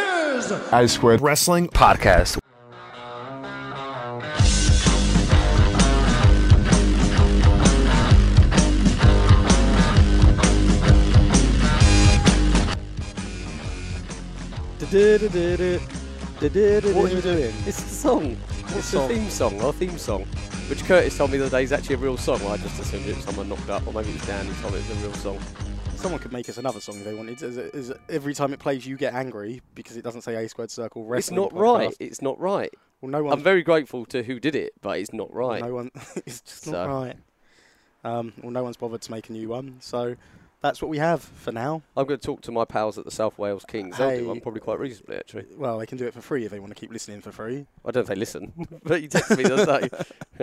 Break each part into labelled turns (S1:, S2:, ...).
S1: I squared
S2: Wrestling
S3: podcast.
S4: What
S5: What
S4: are you doing?
S5: It's the song. It's the
S4: song?
S5: theme song, our theme song. Which Curtis told me the other day is actually a real song. Well, I just assumed it was someone knocked up, or maybe it was Dan who told me it was a real song.
S4: Someone could make us another song if they wanted. Is, is every time it plays, you get angry because it doesn't say A squared circle
S5: It's
S4: wrestling.
S5: not
S4: podcast.
S5: right. It's not right.
S4: Well, no
S5: I'm
S4: one.
S5: very grateful to who did it, but it's not right.
S4: No one. it's just
S5: So.
S4: not right. Um, well, no one's bothered to make a new one, so that's what we have for now.
S5: I'm going to talk to my pals at the South Wales Kings. They'll do
S4: Hey.
S5: one probably quite reasonably, actually.
S4: Well, they can do it for free if they want to keep listening for free.
S5: I don't know if they listen, but he texted me the other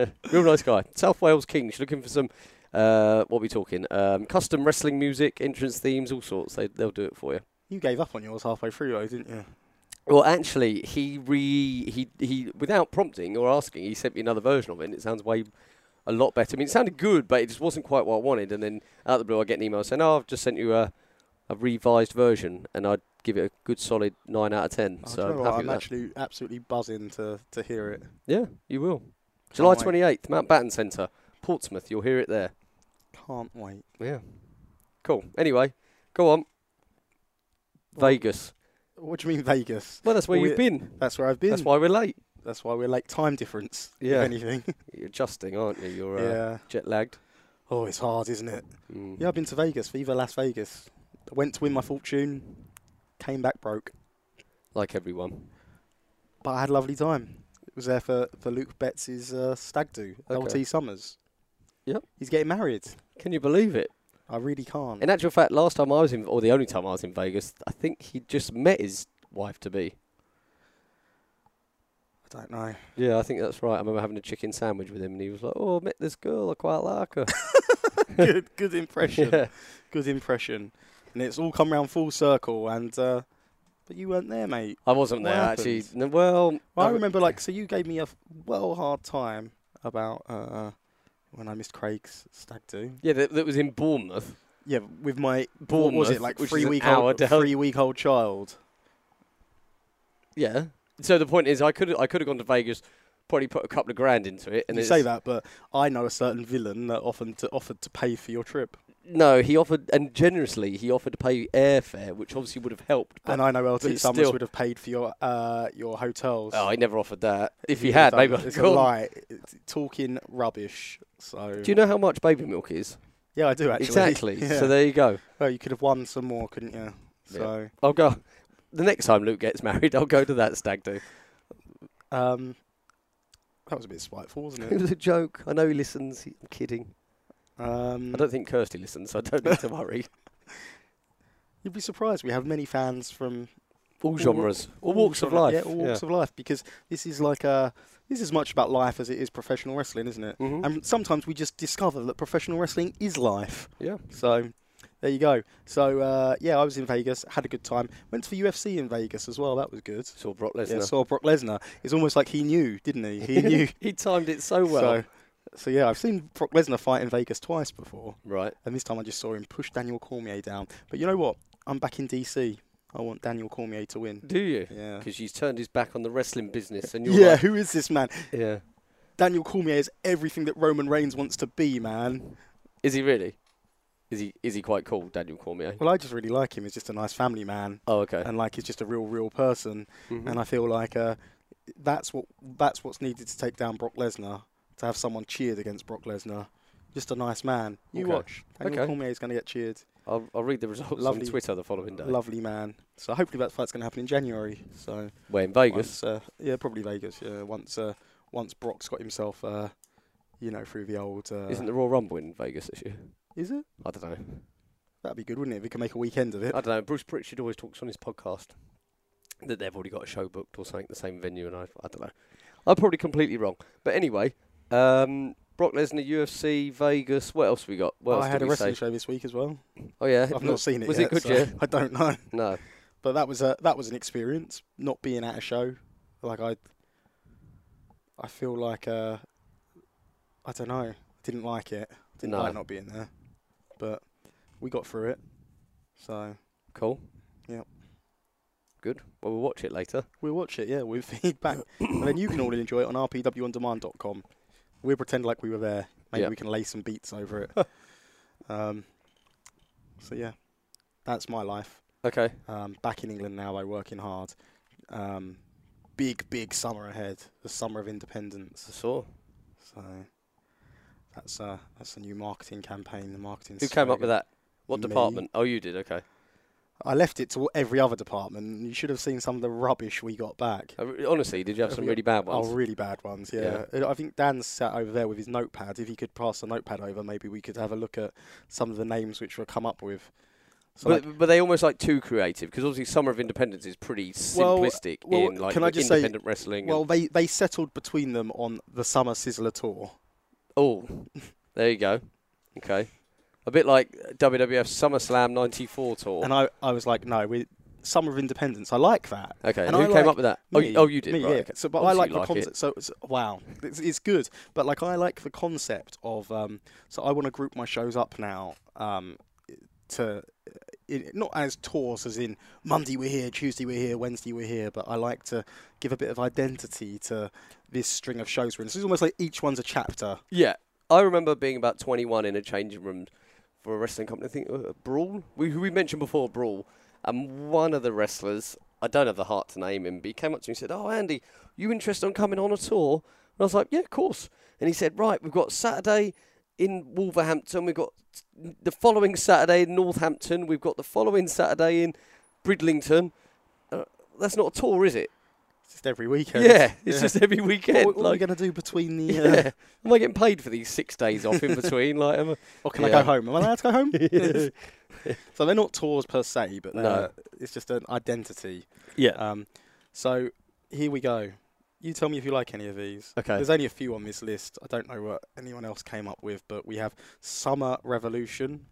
S5: day. Real nice guy. South Wales Kings. Looking for some, uh, what are we talking? Um, custom wrestling music, entrance themes, all sorts. They, they'll do it for you.
S4: You gave up on yours halfway through, though, didn't you?
S5: Well, actually, he re he he without prompting or asking, he sent me another version of it. and It sounds way a lot better. I mean, it sounded good, but it just wasn't quite what I wanted. And then out of the blue, I get an email saying, "Oh, I've just sent you a a revised version," and I'd give it a good solid nine out of ten.
S4: Oh, do
S5: so
S4: you know
S5: I'm
S4: what?
S5: happy
S4: I'm
S5: with
S4: actually absolutely buzzing to, to hear it.
S5: that. Yeah, you will. July
S4: wait.
S5: twenty eighth, Mountbatten Centre, Portsmouth. You'll hear it there.
S4: Can't wait.
S5: Yeah. Cool. Anyway, go on. Vegas.
S4: What do you mean Vegas?
S5: Well, that's where
S4: Well,
S5: you've
S4: we-
S5: been.
S4: That's where I've been.
S5: That's why we're late.
S4: That's why we're late. Time difference.
S5: Yeah.
S4: If anything.
S5: You're adjusting, aren't you? You're uh,
S4: yeah.
S5: jet lagged.
S4: Oh, it's hard, isn't it?
S5: Mm.
S4: Yeah, I've been to Vegas. Viva Las Vegas. Went to win my fortune. Came back broke.
S5: Like everyone.
S4: But I had a lovely time. It was there for, for Luke Betts' uh, stag do,
S5: Okay.
S4: LT Summers.
S5: Yep.
S4: He's getting married.
S5: Can you believe it?
S4: I really can't.
S5: In actual fact, last time I was in, or the only time I was in Vegas, I think he just met his wife to be.
S4: I don't know.
S5: Yeah, I think that's right. I remember having a chicken sandwich with him, and he was like, "Oh, I met this girl. I quite like her."
S4: good, good impression.
S5: yeah.
S4: Good impression. And it's all come round full circle. And uh, but you weren't there, mate.
S5: I wasn't
S4: What
S5: there actually. No, well,
S4: Well, I
S5: re-
S4: remember, like, so you gave me a f- well hard time about uh, when I missed Craig's stag do.
S5: Yeah, that, that was in Bournemouth.
S4: Yeah, with my
S5: Bournemouth,
S4: what was it like
S5: which is
S4: three
S5: an
S4: week
S5: hour
S4: old
S5: down.
S4: three week old child?
S5: Yeah. So the point is, I could I could have gone to Vegas, probably put a couple of grand into it. And
S4: you
S5: it's-
S4: say that, but I know a certain villain that often to, offered to pay for your trip,
S5: No, he offered, and generously he offered to pay airfare, which obviously would have helped. But
S4: and I know LT
S5: it's
S4: Summers
S5: still-
S4: would have paid for your uh, your hotels.
S5: oh, he never offered that. If he
S4: would have
S5: had,
S4: done
S5: maybe
S4: it.
S5: I'd
S4: it's a
S5: gone.
S4: lie. It's talking rubbish. So
S5: Do you know how much baby milk is?
S4: yeah, I do actually.
S5: Exactly.
S4: Yeah.
S5: So there you go.
S4: well, you could have won some more, couldn't you? So
S5: I'll go. The next time Luke gets married, I'll go to that stag do.
S4: um, that was a bit spiteful, wasn't
S5: It
S4: it?
S5: was a joke. I know he listens. He- I'm kidding.
S4: Um,
S5: I don't think Kirsty listens, so I don't need to worry.
S4: You'd be surprised. We have many fans from
S5: All
S4: wa-
S5: genres, all walks of life.
S4: genres. Yeah, all walks of life. Because this is like a this is as much about life as it is professional wrestling, isn't it?
S5: Mhm.
S4: And sometimes we just discover that professional wrestling is life.
S5: Yeah.
S4: So there you go. So uh, yeah, I was in Vegas, had a good time. Went to the UFC in Vegas as well. That was good.
S5: Saw Brock
S4: Yeah,
S5: Lesnar.
S4: saw Brock Lesnar. It's almost like he knew, didn't he? He knew.
S5: he timed it so well.
S4: So, so yeah, I've seen Brock Lesnar fight in Vegas twice before,
S5: Right.
S4: and this time I just saw him push Daniel Cormier down. But you know what? I'm back in DC. I want Daniel Cormier to win.
S5: Do you?
S4: Yeah.
S5: Because he's turned his back on the wrestling business, and you're
S4: Yeah,
S5: like,
S4: who is this man?
S5: yeah.
S4: Daniel Cormier is everything that Roman Reigns wants to be, man.
S5: Is he really? Is he? Is he quite cool, Daniel Cormier?
S4: Well, I just really like him. He's just a nice family man,
S5: Oh, okay.
S4: and like he's just a real, real person.
S5: Mhm.
S4: And I feel like uh, that's what that's what's needed to take down Brock Lesnar. To have someone cheered against Brock Lesnar, just a nice man. You
S5: Okay.
S4: watch. Daniel
S5: Okay.
S4: Cormier is going to get cheered.
S5: I'll, I'll read the results
S4: Lovely.
S5: on Twitter the following day.
S4: Lovely man. So hopefully that fight's going to happen in January. So
S5: Where in Vegas?
S4: once, uh, yeah, probably Vegas. Yeah, once uh, once Brock's got himself, uh, you know, through the old. Uh,
S5: Isn't the Royal Rumble in Vegas this year?
S4: is it?
S5: I don't know.
S4: That'd be good, wouldn't it? If we could make a weekend of it.
S5: I don't know. Bruce Pritchard always talks on his podcast that they've already got a show booked or something at the same venue, and I, I don't know. I'm probably completely wrong. But anyway, um, Brock Lesnar, UFC, Vegas. What else we got? What else
S4: Oh, I
S5: did
S4: had a
S5: we
S4: wrestling
S5: say?
S4: show this week as well.
S5: Oh yeah,
S4: I've not
S5: was,
S4: seen it.
S5: Was
S4: yet,
S5: it good?
S4: so
S5: Yeah.
S4: I don't know.
S5: No.
S4: But that was a that was an experience. Not being at a show, like I, I feel like uh, I don't know. Didn't like it. Didn't
S5: No.
S4: like not being there. But we got through it. So
S5: Cool.
S4: Yep.
S5: good. Well, we'll watch it later.
S4: We'll watch it, yeah, with feedback. and then you can all enjoy it on rpwondemand.com. We'll pretend like we were there. Maybe
S5: Yeah.
S4: we can lay some beats over it. um, so, yeah, that's my life.
S5: Okay.
S4: Um, back in England now, I working hard. Um, big, big summer ahead. The summer of independence.
S5: I saw.
S4: So that's uh, that's a new marketing campaign. The marketing.
S5: Who came up with that? What
S4: Me.
S5: department? Oh, you did. Okay.
S4: I left it to every other department. and You should have seen some of the rubbish we got back.
S5: I re- Uh, Honestly, did you have
S4: Have
S5: some
S4: we-
S5: really bad ones?
S4: Oh, really bad ones. Yeah. Uh, I think Dan sat over there with his notepad. If he could pass the notepad over, maybe we could have a look at some of the names which were come up with. So
S5: but,
S4: like-
S5: but they almost like too creative because obviously Summer of Independence is pretty
S4: Well,
S5: simplistic
S4: well,
S5: in like
S4: can I
S5: the
S4: just say-
S5: independent wrestling.
S4: well,
S5: and,
S4: they they settled between them on the summer sizzler tour.
S5: oh, there you go. Okay, a bit like WWF SummerSlam '94 tour.
S4: And I, I was like, no, we Summer of Independence. I like that.
S5: okay,
S4: and
S5: who
S4: I
S5: came
S4: like-
S5: up with that? oh, you,
S4: Me.
S5: oh, you did.
S4: Me,
S5: right,
S4: yeah.
S5: okay.
S4: So, but
S5: Obviously
S4: I like
S5: you
S4: the
S5: it.
S4: concept. So, it's, wow, it's, it's good. But like, I like the concept of. Um, so I want to group my shows up now um, to it, not as tours, as in Monday we're here, Tuesday we're here, Wednesday we're here. But I like to give a bit of identity to this string of shows. We're in. So it's almost like each one's a chapter.
S5: Yeah, I remember being about 21 in a changing room for a wrestling company. I think uh, Brawl. We who we mentioned before Brawl, and one of the wrestlers. I don't have the heart to name him, but he came up to me and said, "Oh, Andy, you interested on coming on a tour?" And I was like, "Yeah, of course." And he said, "Right, we've got Saturday in Wolverhampton. We've got the following Saturday in Northampton. We've got the following Saturday in Bridlington. Uh, that's not a tour, is it?
S4: It's just every weekend.
S5: Yeah, it's
S4: Yeah.
S5: just every weekend.
S4: What, what are we
S5: like,
S4: going to do between the? Uh,
S5: yeah. Am I getting paid for these six days off in between? Like, am I,
S4: Or can I
S5: Yeah.
S4: go home? Am I allowed to go home? so they're not tours per se, but
S5: No.
S4: they're- it's just an identity.
S5: yeah.
S4: Um, so here we go. You tell me if you like any of these.
S5: Okay.
S4: There's only a few on this list. I don't know what anyone else came up with, but we have Summer Revolution,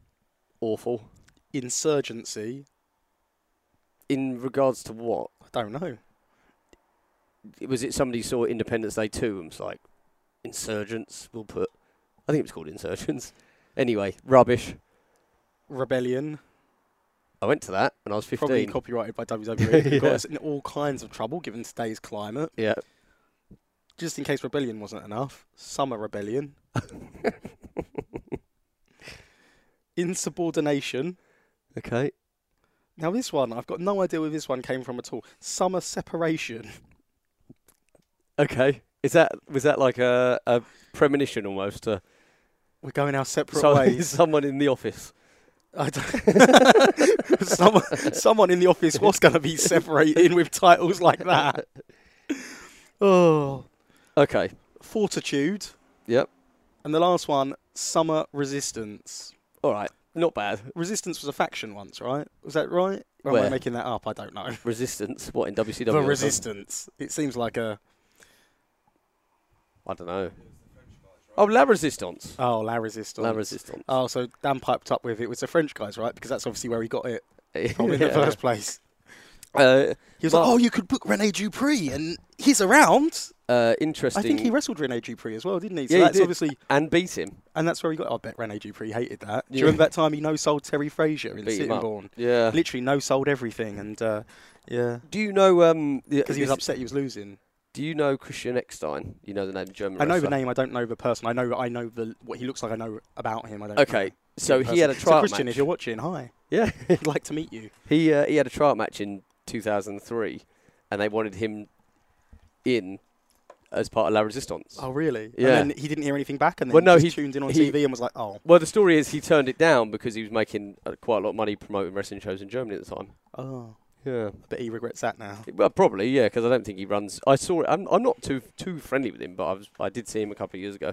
S5: awful.
S4: Insurgency.
S5: In regards to what?
S4: I don't know.
S5: Was it somebody saw Independence Day 2 and was like, Insurgents, we'll put. I think it was called Insurgents. Anyway, rubbish.
S4: Rebellion,
S5: I went to that when I was 15.
S4: probably copyrighted by WWE.
S5: Yeah.
S4: It Got us in all kinds of trouble given today's climate.
S5: yeah.
S4: Just in case Rebellion wasn't enough, Summer Rebellion. Insubordination.
S5: Okay.
S4: Now this one, I've got no idea where this one came from at all. Summer separation.
S5: Okay. Is that was that like a, a premonition almost? Uh,
S4: We're going our separate
S5: some,
S4: ways.
S5: someone in the office.
S4: I don't someone, someone in the office was going to be separating with titles like that. Oh,
S5: Okay.
S4: fortitude.
S5: Yep.
S4: And the last one, summer resistance.
S5: All right. Not bad.
S4: Resistance was a faction once, right? Was that right? Or am
S5: Where?
S4: I making that up? I don't know.
S5: Resistance. What in WCW?
S4: The
S5: or something?
S4: resistance. It seems like a
S5: I don't know. Oh, La Resistance.
S4: oh la resistance.
S5: La Resistance.
S4: Oh, so Dan piped up with it was the French guys, right? Because that's obviously where he got it from in the
S5: Yeah.
S4: first place.
S5: Uh,
S4: He was
S5: Well-
S4: like, "Oh, you could book Rene Dupree, and he's around."
S5: uh, interesting.
S4: "Oh, I think he wrestled Rene Dupree as well, didn't he? So
S5: Yeah, he
S4: that's
S5: did.
S4: obviously,
S5: and beat him.
S4: and that's where he got. oh, I bet Rene Dupree hated that. Do
S5: Yeah.
S4: you remember that time he no sold Terry Frazier in
S5: Beat him up.
S4: Sittingbourne?
S5: Yeah.
S4: Literally no sold everything, and uh, yeah,
S5: Do you know um?
S4: because he was upset he was losing.
S5: Do you know Christian Eckstein? You know the name German.
S4: I know the
S5: wrestler?
S4: name, I don't know the person. I know, I know the what he looks like. I know about him. I don't. know
S5: Okay,
S4: the
S5: so he
S4: person.
S5: had a trial
S4: so Christian,
S5: match.
S4: if you're watching, hi,
S5: yeah,
S4: I'd like to meet you.
S5: he uh, he had a trial match in 2003, and they wanted him in as part of La Resistance.
S4: Oh, really?
S5: Yeah.
S4: And then he didn't hear anything back, and then
S5: Well, no,
S4: just
S5: he-
S4: tuned in on
S5: he-
S4: TV and was like, "Oh,
S5: Well, the story is he turned it down because he was making uh, quite a lot of money promoting wrestling shows in Germany at the time.
S4: oh."
S5: Yeah,
S4: But he regrets that now.
S5: well, probably yeah, because I don't think he runs. I saw it. I'm I'm not too too friendly with him, but I was I did see him a couple of years ago,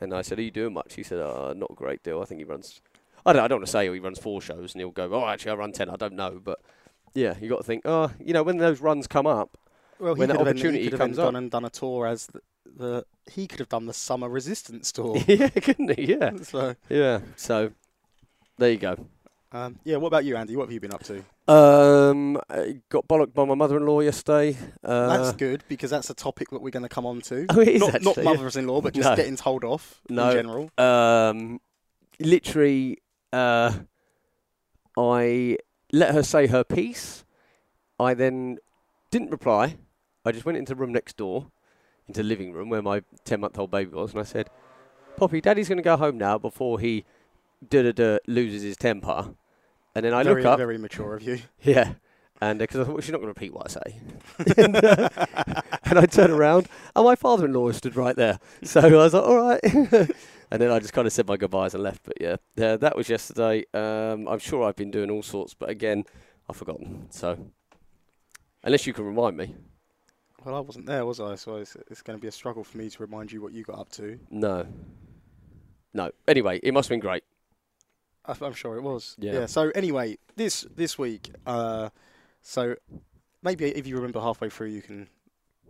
S5: and I said, "Are you doing much?" He said, uh, "Not a great deal. I think he runs. I don't I don't want to say he runs four shows, and he'll go, "Oh, actually, I run ten. I don't know, but yeah, you got to think. Oh, you know, when those runs come up,
S4: Well, he
S5: When that
S4: could have
S5: opportunity
S4: then, he could
S5: comes
S4: have then
S5: up.
S4: gone and done a tour as the, the he could have done the summer resistance tour.
S5: yeah, couldn't he? Yeah,
S4: so,
S5: yeah. So there you go.
S4: um, yeah. What about you, Andy? What have you been up to?
S5: Um, I got bollocked by my mother-in-law yesterday. Uh,
S4: that's good because that's a topic that we're going to come on to.
S5: Oh, it is
S4: not, not
S5: actually, yeah.
S4: mothers-in-law, but just
S5: No.
S4: getting told off
S5: No.
S4: in general.
S5: um, literally, uh, I let her say her piece I then didn't reply. I just went into the room next door, into the living room where my 10 month old baby was, and I said, Poppy, daddy's going to go home now before he da da da loses his temper. And then I
S4: very,
S5: look up.
S4: very mature of you.
S5: Yeah. And because I thought, well, she's not going to repeat what I say. and, uh, and I turn around, and my father in law stood right there. So I was like, all right. and then I just kind of said my goodbyes and left. But yeah, uh, that was yesterday. Um, I'm sure I've been doing all sorts, but again, I've forgotten. So unless you can remind me.
S4: Well, I wasn't there, was I? So it's, it's going to be a struggle for me to remind you what you got up to.
S5: No. No. Anyway, it must have been great.
S4: I- I'm sure it was.
S5: Yeah.
S4: So anyway, this this week, uh, so maybe if you remember halfway through, you can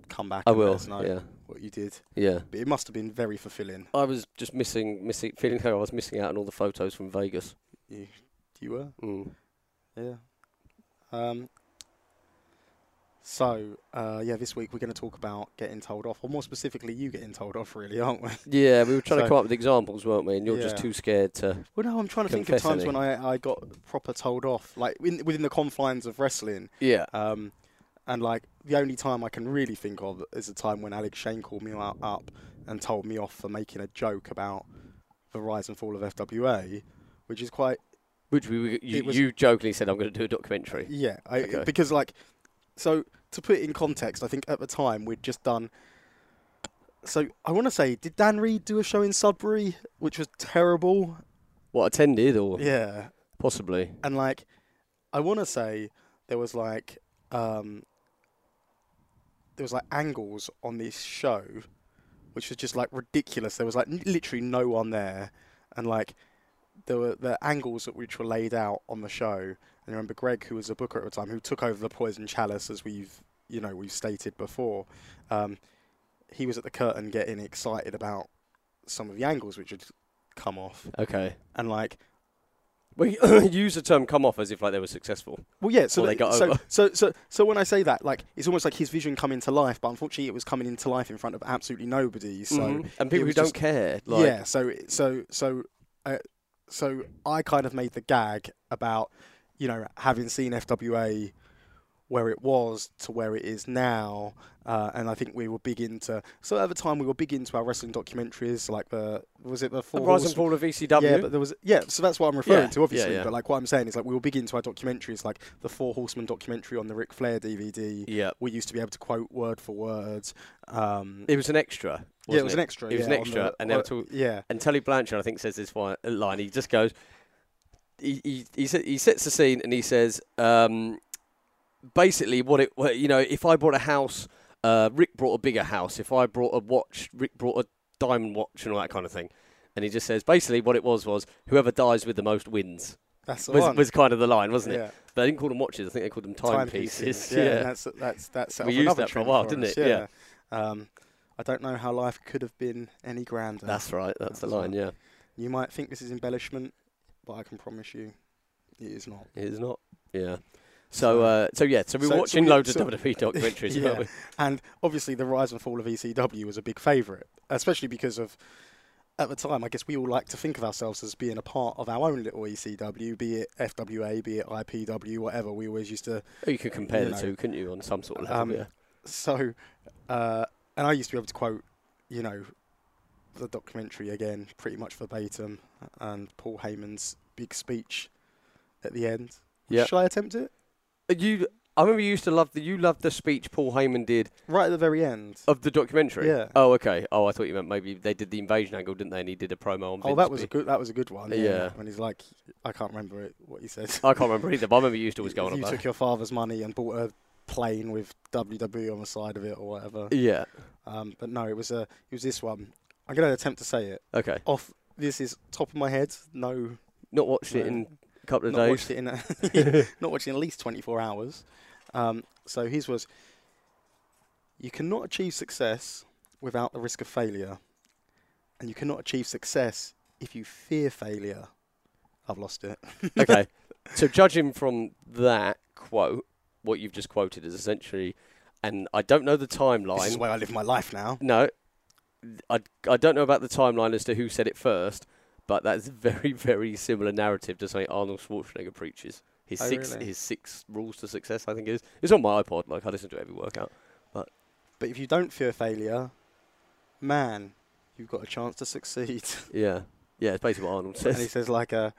S4: come back.
S5: I
S4: and
S5: will.
S4: Let us know
S5: Yeah.
S4: what you did.
S5: Yeah.
S4: But it must have been very fulfilling.
S5: I was just missing, missing, feeling like I was missing out on all the photos from Vegas.
S4: You you were.
S5: Mm.
S4: Yeah. Um. So uh, yeah, this week we're going to talk about getting told off, or more specifically, you getting told off, really, aren't we?
S5: Yeah, we were trying
S4: So-
S5: to come up with examples, weren't we? And you're just
S4: Yeah.
S5: too scared to.
S4: Well, no, I'm trying to think of
S5: Confess
S4: times when I, I got proper told off, like in, within the confines of wrestling.
S5: Yeah.
S4: Um, and like the only time I can really think of is a time when Alex Shane called me out, up and told me off for making a joke about the rise and fall of FWA, which is quite
S5: Which we were, you,
S4: It was-
S5: you jokingly said, "I'm going to do a documentary."
S4: yeah, I,
S5: Okay.
S4: because like so to put it in context, I think at the time we'd just done. So I want to say, did Dan Reed do a show in Sudbury, which was terrible?
S5: What attended or
S4: Yeah,
S5: possibly?
S4: and like I want to say there was like um there was like angles on this show which was just like ridiculous there was like n- literally no one there and like there were the angles that which were laid out on the show and I remember Greg who was a booker at the time who took over the poison chalice as we've you know we've stated before um he was at the curtain getting excited about some of the angles which had come off
S5: Okay.
S4: and like
S5: Well, you use the term "come off" as if like they were successful.
S4: Well, yeah. So
S5: Or they
S4: that-
S5: got
S4: so,
S5: over.
S4: so so so when I say that, like, it's almost like his vision coming to life, but unfortunately, it was coming into life in front of absolutely nobody. So
S5: Mhm. and
S4: it
S5: people who
S4: was
S5: don't
S4: just-
S5: care, like,
S4: yeah. So so so uh, so I kind of made the gag about you know having seen FWA where it was to where it is now, uh, and I think we were big into. So at the time, we were big into our wrestling documentaries, like the was it the
S5: the
S4: Four
S5: rise
S4: Horsemen?
S5: and fall of E ECW.
S4: Yeah, but there was yeah. So that's what I'm referring
S5: Yeah,
S4: to, obviously.
S5: yeah, yeah.
S4: But like what I'm saying is like we will begin to our documentaries, like the Four Horsemen documentary on the Ric Flair DVD.
S5: Yeah.
S4: We used to be able to quote word for word. Um,
S5: It was an extra.
S4: yeah, it
S5: wasn't
S4: was an extra.
S5: It was
S4: yeah,
S5: an
S4: on
S5: extra,
S4: the-
S5: and they were
S4: on-
S5: talk-
S4: yeah,
S5: And Tully Blanchard, I think, says this one uh, line. He just goes, he he he, se- he sets the scene and he says, um, basically, what it what, you know, if I bought a house, uh, Rick brought a bigger house. If I brought a watch, Rick brought a diamond watch and all that kind of thing. And he just says, basically, what it was was whoever dies with the most wins
S4: that's the
S5: was,
S4: one.
S5: was kind of the line, wasn't it?
S4: Yeah.
S5: But they didn't call them watches. I think they called them timepieces.
S4: Yeah, and that's that's that's set
S5: We
S4: off
S5: used
S4: another
S5: that for a
S4: trend
S5: while,
S4: for
S5: didn't
S4: us,
S5: it?
S4: Yeah. Um, I don't know how life could have been any grander.
S5: that's right. That's the
S4: That's
S5: line. Yeah,
S4: you might think this is embellishment, but I can promise you, it is not.
S5: it is not. Yeah. So, uh, so yeah, so we
S4: So-
S5: were
S4: so
S5: watching
S4: we-
S5: loads
S4: so-
S5: of WWE documentaries.
S4: Yeah.
S5: weren't we?
S4: And obviously, the rise and fall of ECW was a big favourite, especially because of, at the time, I guess we all like to think of ourselves as being a part of our own little ECW, be it FWA, be it IPW, whatever. We always used to.
S5: Oh, you could compare
S4: you
S5: the
S4: know.
S5: two, couldn't you, on some sort of level?
S4: Um,
S5: yeah.
S4: So, uh, and I used to be able to quote, you know, the documentary again, pretty much verbatim, and Paul Heyman's big speech at the end.
S5: Yeah.
S4: Shall I attempt it?
S5: You, I remember you used to love the you loved the speech Paul Heyman did
S4: Right at the very end.
S5: of the documentary.
S4: Yeah.
S5: Oh, okay. Oh, I thought you meant maybe they did the invasion angle, didn't they? And he did a promo on.
S4: Oh,
S5: Vince
S4: that was a
S5: being-
S4: good. That was a good one.
S5: Yeah.
S4: When he's like, I can't remember it, what he said.
S5: I can't remember either, but I remember you used to always go on
S4: you
S5: about.
S4: took your father's money and bought a plane with WWE on the side of it or whatever.
S5: yeah.
S4: Um, but no, it was a, it was this one. I'm gonna attempt to say it
S5: Okay.
S4: off. This is top of my head. No,
S5: Not watched it
S4: No.
S5: in a couple of
S4: not
S5: days.
S4: watched it in a, not watched it in at least 24 hours. Um, so his was. You cannot achieve success without the risk of failure, and you cannot achieve success if you fear failure. I've lost it.
S5: okay. So judging from that quote, what you've just quoted is essentially, and I don't know the
S4: This is
S5: timeline.
S4: the way I live my life now.
S5: No, I, I don't know about the timeline as to who said it first, but that's a very, very similar narrative to something Arnold Schwarzenegger preaches. His
S4: Oh,
S5: six,
S4: really?
S5: his six rules to success. I think it is. It's on my iPod. Like I listen to it every workout.
S4: But if you don't fear failure, man, you've got a chance to succeed.
S5: Yeah, yeah. It's basically what Arnold
S4: and he
S5: says.
S4: says like a,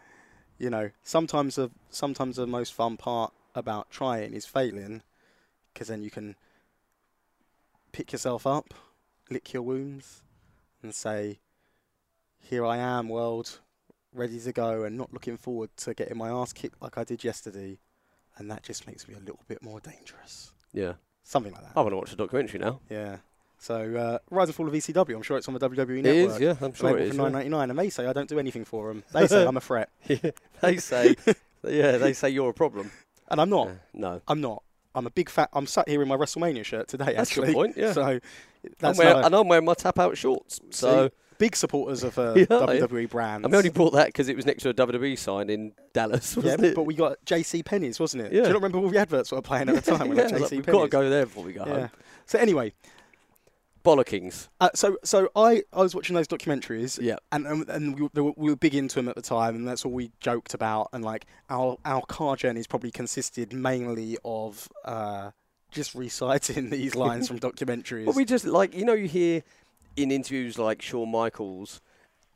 S4: you know, sometimes the sometimes the most fun part about trying is failing, because then you can pick yourself up, lick your wounds, and say, "Here I am, world, ready to go," and not looking forward to getting my ass kicked like I did yesterday, and that just makes me a little bit more dangerous.
S5: Yeah,
S4: Something like that.
S5: I want to watch the documentary now.
S4: Yeah. So uh, Rise and Fall of ECW. I'm sure it's on the WWE
S5: It
S4: network.
S5: is. Yeah, I'm sure
S4: Available
S5: it is.
S4: for nine
S5: yeah.
S4: ninety nine, and they say I don't do anything for them. They say I'm a threat,
S5: Yeah, they say, yeah, they say you're a problem.
S4: and I'm not.
S5: Yeah, no,
S4: I'm not. I'm a big fat. I'm sat here in my WrestleMania shirt today.
S5: That's a good
S4: actually,
S5: point, yeah.
S4: So
S5: I'm
S4: that's
S5: wearing,
S4: not a-
S5: and I'm wearing my tap out shorts. So
S4: big supporters of uh,
S5: Yeah,
S4: WWE brands.
S5: I only bought that because it was next to a WWE sign in Dallas.
S4: yeah,
S5: Wasn't it?
S4: but we got JC Penney's, wasn't it? Do
S5: Yeah.
S4: you not remember all the adverts that were playing at the time?
S5: Yeah,
S4: when
S5: like,
S4: JC
S5: we've got to go there before we go uh,
S4: Yeah.
S5: home.
S4: So anyway,
S5: Bollockings.
S4: uh, so so I, I was watching those documentaries.
S5: Yeah.
S4: and and, and we, were- they were, we were big into him at the time, and that's all we joked about. And like our our car journeys probably consisted mainly of uh, just reciting these lines from documentaries.
S5: Well, we just like you know you hear in interviews like Shawn Michaels,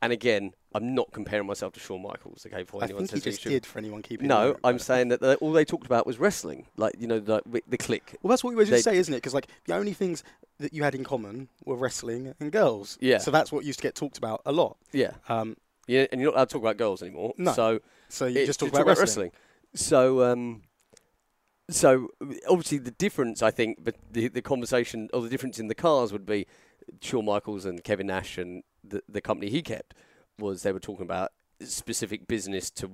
S5: and again I'm not comparing myself to Shawn Michaels. Okay, before
S4: I
S5: anyone
S4: think he
S5: says
S4: just
S5: you should.
S4: did for anyone keeping.
S5: No,
S4: note,
S5: I'm
S4: but-
S5: saying that they, all they talked about was wrestling, like you know the the click.
S4: Well, that's what we were just
S5: They-
S4: saying, isn't it? Because like the only things that you had in common were wrestling and girls.
S5: Yeah.
S4: So that's what used to get talked about a lot.
S5: Yeah,
S4: Um,
S5: yeah, and you're not allowed to talk about girls anymore.
S4: No.
S5: so
S4: so you
S5: it-
S4: just
S5: to
S4: talk about wrestling.
S5: So, um, so obviously the difference, I think, but the the conversation or the difference in the cars would be Shawn Michaels and Kevin Nash and the the company he kept was they were talking about specific business to,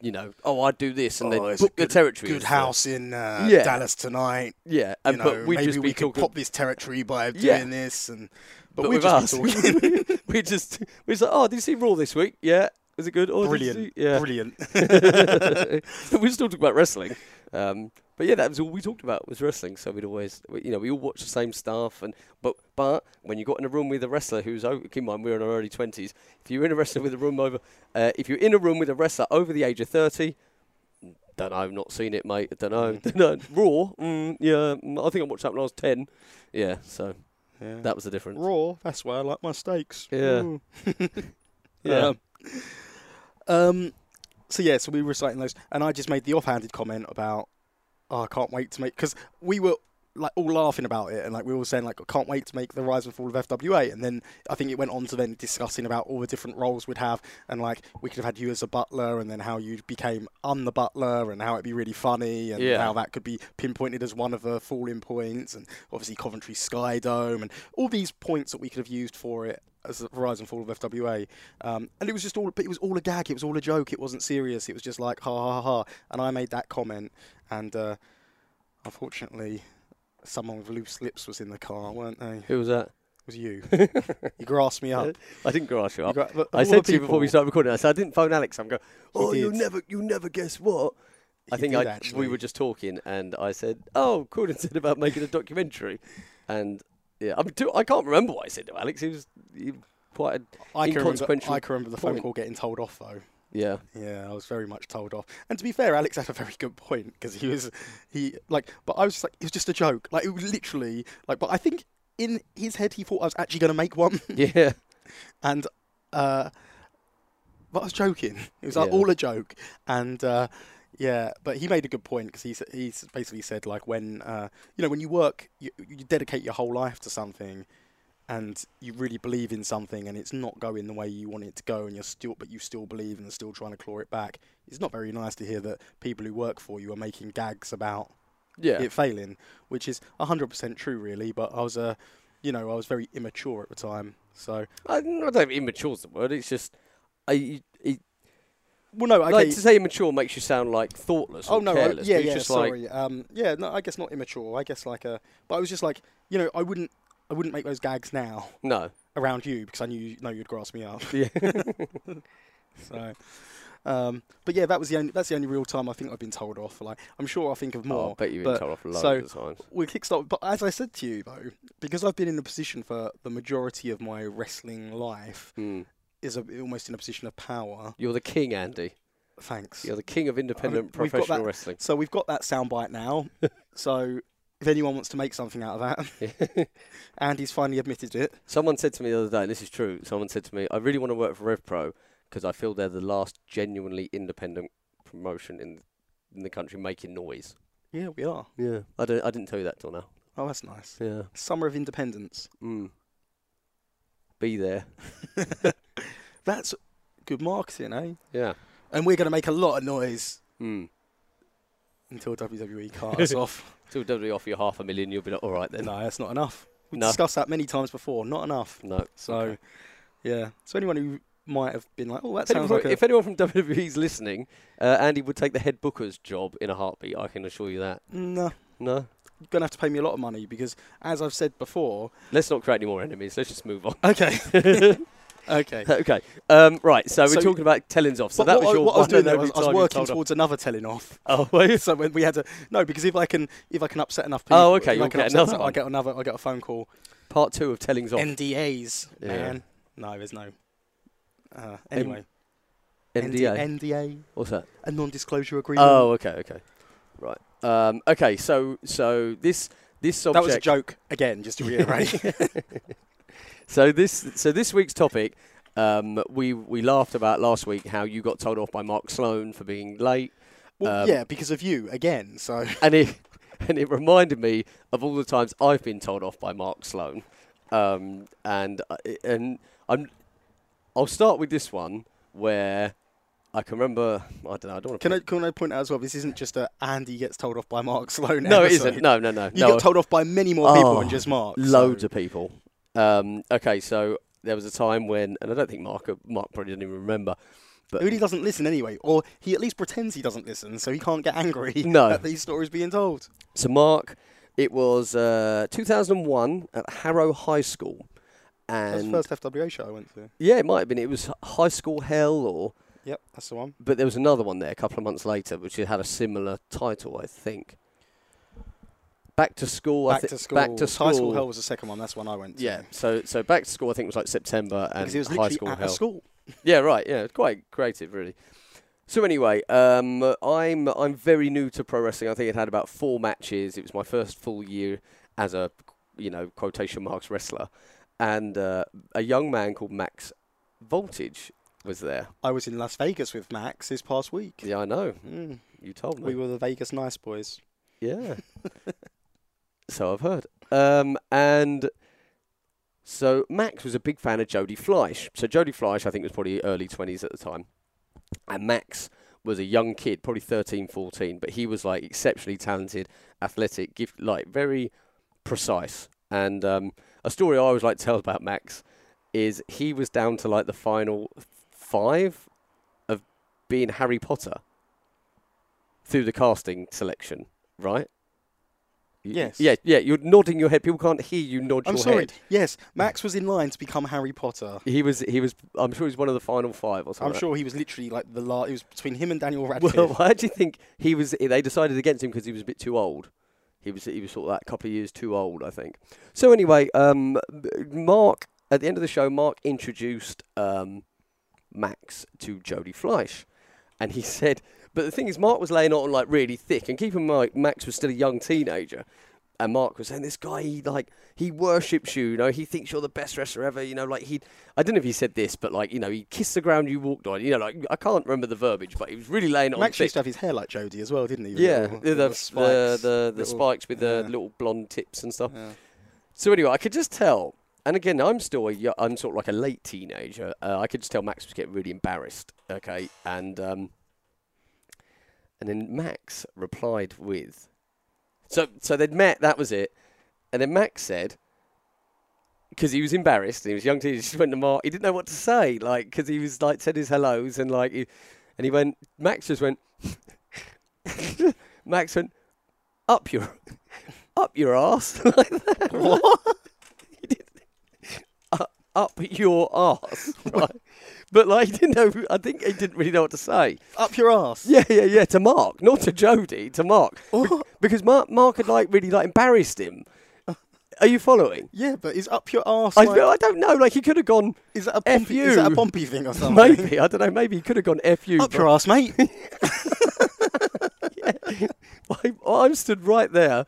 S5: you know, oh I do this and
S4: Oh,
S5: then
S4: it's
S5: book
S4: a
S5: the territory.
S4: Good
S5: as the-
S4: house in uh,
S5: Yeah.
S4: Dallas tonight.
S5: Yeah,
S4: You
S5: and
S4: know,
S5: but we'd
S4: maybe
S5: just
S4: we
S5: be
S4: could
S5: talking.
S4: pop this territory by doing
S5: Yeah.
S4: this, and
S5: but
S4: but, we
S5: with
S4: just
S5: us,
S4: be talking.
S5: we just we just like, oh, did you see Raw this week? Yeah, was it good? Oh, did you
S4: brilliant,
S5: see-" Yeah.
S4: brilliant.
S5: but we still talk about wrestling. Um, but yeah, that was all we talked about was wrestling. So we'd always, we- you know, we all watched the same stuff. And but but when you got in a room with a wrestler who's over, keep in mind we're in our early twenties. If you're in a wrestler with a room over, uh, if you're in a room with a wrestler over the age of thirty. Don't know, not seen it, mate. Don't know, don't know. Raw, mm, yeah. mm, I think I watched that when I was ten. Yeah, so
S4: Yeah.
S5: that was the difference.
S4: Raw. That's why I like my steaks.
S5: Yeah.
S4: Mm.
S5: Yeah,
S4: Um, um, so yeah, so we were reciting those, and I just made the offhanded comment about, "Oh, I can't wait to make," because we were like all laughing about it, and like we were all saying like, "I can't wait to make the rise and fall of FWA," and then I think it went on to then discussing about all the different roles we'd have, and like we could have had you as a butler, and then how you became un the butler, and how it'd be really funny, and
S5: Yeah.
S4: how that could be pinpointed as one of the falling points, and obviously Coventry Sky Dome, and all these points that we could have used for it as the rise and fall of FWA. Um, and it was just all, but it was all a gag. It was all a joke. It wasn't serious. It was just like ha ha ha. ha. And I made that comment, and uh, unfortunately, someone with loose lips was in the car, weren't they? It
S5: who was that?
S4: was you. you grasped me up.
S5: I didn't go ask you
S4: You
S5: up.
S4: gra- but
S5: I
S4: of all
S5: said
S4: the
S5: to you before we
S4: people-
S5: started recording, I said I didn't phone Alex. I'm going, oh,
S4: did.
S5: you'll never, you'll never guess what. I
S4: He
S5: think
S4: did,
S5: I, we
S4: actually.
S5: were just talking, and I said, oh, Corden said about making a documentary, and yeah, I'm too, I can't remember what I said to Alex. He was he, quite, a,
S4: I can, remember,
S5: Inconsequential
S4: I can remember the phone
S5: point.
S4: call getting told off though.
S5: yeah,
S4: Yeah, I was very much told off. And to be fair, Alex had a very good point because he was he like, but I was just like, it was just a joke. Like it was literally like, but I think in his head he thought I was actually going to make one,
S5: yeah,
S4: and uh, but I was joking. It was like
S5: Yeah.
S4: all a joke, and uh, yeah, but he made a good point because he s- he s- basically said like when uh, you know when you work, you, you dedicate your whole life to something. And you really believe in something, and it's not going the way you want it to go, and you're still, but you still believe, and are still trying to claw it back. It's not very nice to hear that people who work for you are making gags about
S5: yeah,
S4: it failing, which is 100% true, really. But I was a, you know, I was very immature at the time. So,
S5: I, I don't think immature's the word. It's just, I, you- it,
S4: well, no, okay.
S5: like to say immature makes you sound like thoughtless.
S4: oh
S5: or
S4: no, I-
S5: careless,
S4: yeah,
S5: but it's
S4: yeah,
S5: just like,
S4: sorry. um, yeah, no, I guess not immature. I guess like a, but I was just like, you know, I wouldn't, I wouldn't make those gags now
S5: no,
S4: around you because I knew you know you'd grasp me up.
S5: yeah,
S4: So. Um, but yeah, that was the only that's the only real time I think I've been told off. Like I'm sure I think of more.
S5: oh, I bet you've been
S4: but-
S5: told off loads
S4: so-
S5: of times.
S4: we kickstart. But as I said to you though, because I've been in a position for the majority of my wrestling life,
S5: Mm.
S4: is a, almost in a position of power.
S5: You're the king, Andy.
S4: Thanks.
S5: You're the king of independent
S4: we've got
S5: professional
S4: that-
S5: wrestling.
S4: So we've got that soundbite now. so if anyone wants to make something out of that, Andy's finally admitted it.
S5: Someone said to me the other day, and this is true. Someone said to me, "I really want to work for RevPro because I feel they're the last genuinely independent promotion in in the country making noise."
S4: Yeah, we are.
S5: Yeah, I, don't, I didn't tell you that till now.
S4: Oh, that's nice.
S5: Yeah,
S4: Summer of Independence.
S5: mm. be there.
S4: That's good marketing, eh?
S5: Yeah,
S4: And we're going to make a lot of noise
S5: mm.
S4: until WWE cut us off.
S5: till WWE offer you half a million, you'll be like, "All right then."
S4: No, that's not enough. We've
S5: No.
S4: discussed that many times before. Not enough.
S5: No.
S4: So,
S5: Okay.
S4: yeah. So anyone who might have been like, oh, that
S5: If anyone,
S4: sounds like a...
S5: if anyone from WWE's listening, uh, Andy would take the head booker's job in a heartbeat. I can assure you that.
S4: No,
S5: No,
S4: you're going to have to pay me a lot of money because, as I've said before...
S5: let's not create any more enemies. Let's just move on.
S4: Okay. okay.
S5: okay. Um, right. So we're
S4: So-
S5: talking about tellings off. So
S4: But
S5: that
S4: what
S5: was
S4: I-
S5: your
S4: what I was
S5: one
S4: doing
S5: and
S4: there
S5: only
S4: was I was
S5: time you
S4: working
S5: told off.
S4: towards another telling off.
S5: Oh, were you?
S4: So when we had to no, because if I can if I can upset enough people,
S5: Oh, okay,
S4: if I
S5: you'll
S4: can
S5: get
S4: upset
S5: another
S4: some- I
S5: one.
S4: get another. I get a phone call.
S5: Part two of tellings off.
S4: NDAs,
S5: Yeah.
S4: man. No, there's no. Uh,
S5: M-
S4: anyway,
S5: NDA.
S4: NDA,
S5: What's that?
S4: a non-disclosure agreement.
S5: Oh, okay, okay, right. Um, okay, so so this this subject.
S4: that was a joke again, just to reiterate.
S5: So this so this week's topic, um, we we laughed about last week how you got told off by Mark Sloan for being late.
S4: well,
S5: Um,
S4: yeah, because of you again. So
S5: and it and it reminded me of all the times I've been told off by Mark Sloan, um, and I- and I'm I'll start with this one where I can remember I don't know I don't want
S4: can I can I point out as well? This isn't just a Andy gets told off by Mark Sloan.
S5: no it
S4: episode.
S5: isn't no no no
S4: You
S5: no
S4: got told off by many more people
S5: Oh,
S4: than just Mark.
S5: loads
S4: so-
S5: of people. Um, okay, so there was a time when and I don't think Mark Mark probably didn't even remember.
S4: Who really doesn't listen anyway, or he at least pretends he doesn't listen, so he can't get angry
S5: No.
S4: at these stories being told.
S5: So, Mark, it was uh, 2001 at Harrow High School.
S4: That was the
S5: And
S4: first FWA show I went to.
S5: yeah, it might have been. It was High School Hell, or
S4: Yep, that's the one.
S5: but there was another one there a couple of months later, which had a similar title, I think. Back to school. I
S4: Back
S5: thi-
S4: to school.
S5: Back to school.
S4: High school hell was the second one. That's the one I went to.
S5: Yeah. So so back to school. I think was like September and
S4: because it was
S5: high
S4: literally
S5: school
S4: at
S5: hell.
S4: a school.
S5: Yeah, right. Yeah, it's quite creative, really. So anyway, um, I'm I'm very new to pro wrestling. I think it had about four matches. It was my first full year as a you know quotation marks wrestler, and uh, a young man called Max Voltage was there.
S4: I was in Las Vegas with Max this past week.
S5: Yeah, I know.
S4: Mm.
S5: You told me.
S4: We were the Vegas nice boys.
S5: Yeah. so I've heard. Um, and so Max was a big fan of Jodie Fleisch. So Jodie Fleisch, I think, was probably early 20s at the time. And Max was a young kid, probably 13, 14, but he was like exceptionally talented, athletic, gift, like very precise. And um, a story I always like to tell about Max is he was down to like the final five of being Harry Potter through the casting selection, right? You-
S4: Yes.
S5: Yeah, yeah. You're nodding your head. People can't hear you nod
S4: I'm
S5: your
S4: sorry.
S5: head.
S4: Yes, Max was in line to become Harry Potter.
S5: He was. He was. I'm sure he was one of the final five or
S4: I'm
S5: something.
S4: sure he was literally like the last. It was between him and Daniel Radcliffe.
S5: Well, I actually think he was. They decided against him because he was a bit too old. He was. He was sort of that couple of years too old, I think. So anyway, um, Mark at the end of the show, Mark introduced um, Max to Jodie Fleisch, and he said, "But the thing is, Mark was laying on like really thick, and keep in mind, Max was still a young teenager." And Mark was saying, "This guy, he like, he worships you. You know, he thinks you're the best wrestler ever. You know, like he, I don't know if he said this, but like, you know, he kissed the ground you walked on. You know, like I can't remember the verbiage, but he was really laying it on
S4: Max
S5: thick.
S4: used to have his hair like Jodie as well, didn't he? with
S5: Yeah, the
S4: little-
S5: the,
S4: little
S5: the,
S4: spikes,
S5: the, the
S4: little-
S5: spikes with the
S4: yeah.
S5: little blonde tips and stuff.
S4: Yeah.
S5: So anyway, I could just tell, and again, I'm still a yo- I'm sort of like a late teenager. Uh, I could just tell Max was getting really embarrassed. Okay, and um, and then Max replied with, so so they'd met. That was it. And then Max said, because he was embarrassed, and he was a young teenager. He just went to Mark. He didn't know what to say, like because he was like said his hellos and like, he, and he went. Max just went. Max went up your up your ass like that. What? he did uh, up your ass, right? but like he didn't know. I think he didn't really know what to say.
S4: Up your ass.
S5: Yeah, yeah, yeah. To Mark, not to Jody. To Mark, Be- because Mark, Mark had like really like embarrassed him. Are you following?
S4: Yeah, but it's up your arse.
S5: I,
S4: like-
S5: I don't know. Like he could have gone.
S4: is that a
S5: F
S4: pompy? Is that a
S5: you.
S4: pompy thing or something?
S5: Maybe I don't know. Maybe he could have gone. F you.
S4: Up your arse, mate.
S5: I, I'm stood right there,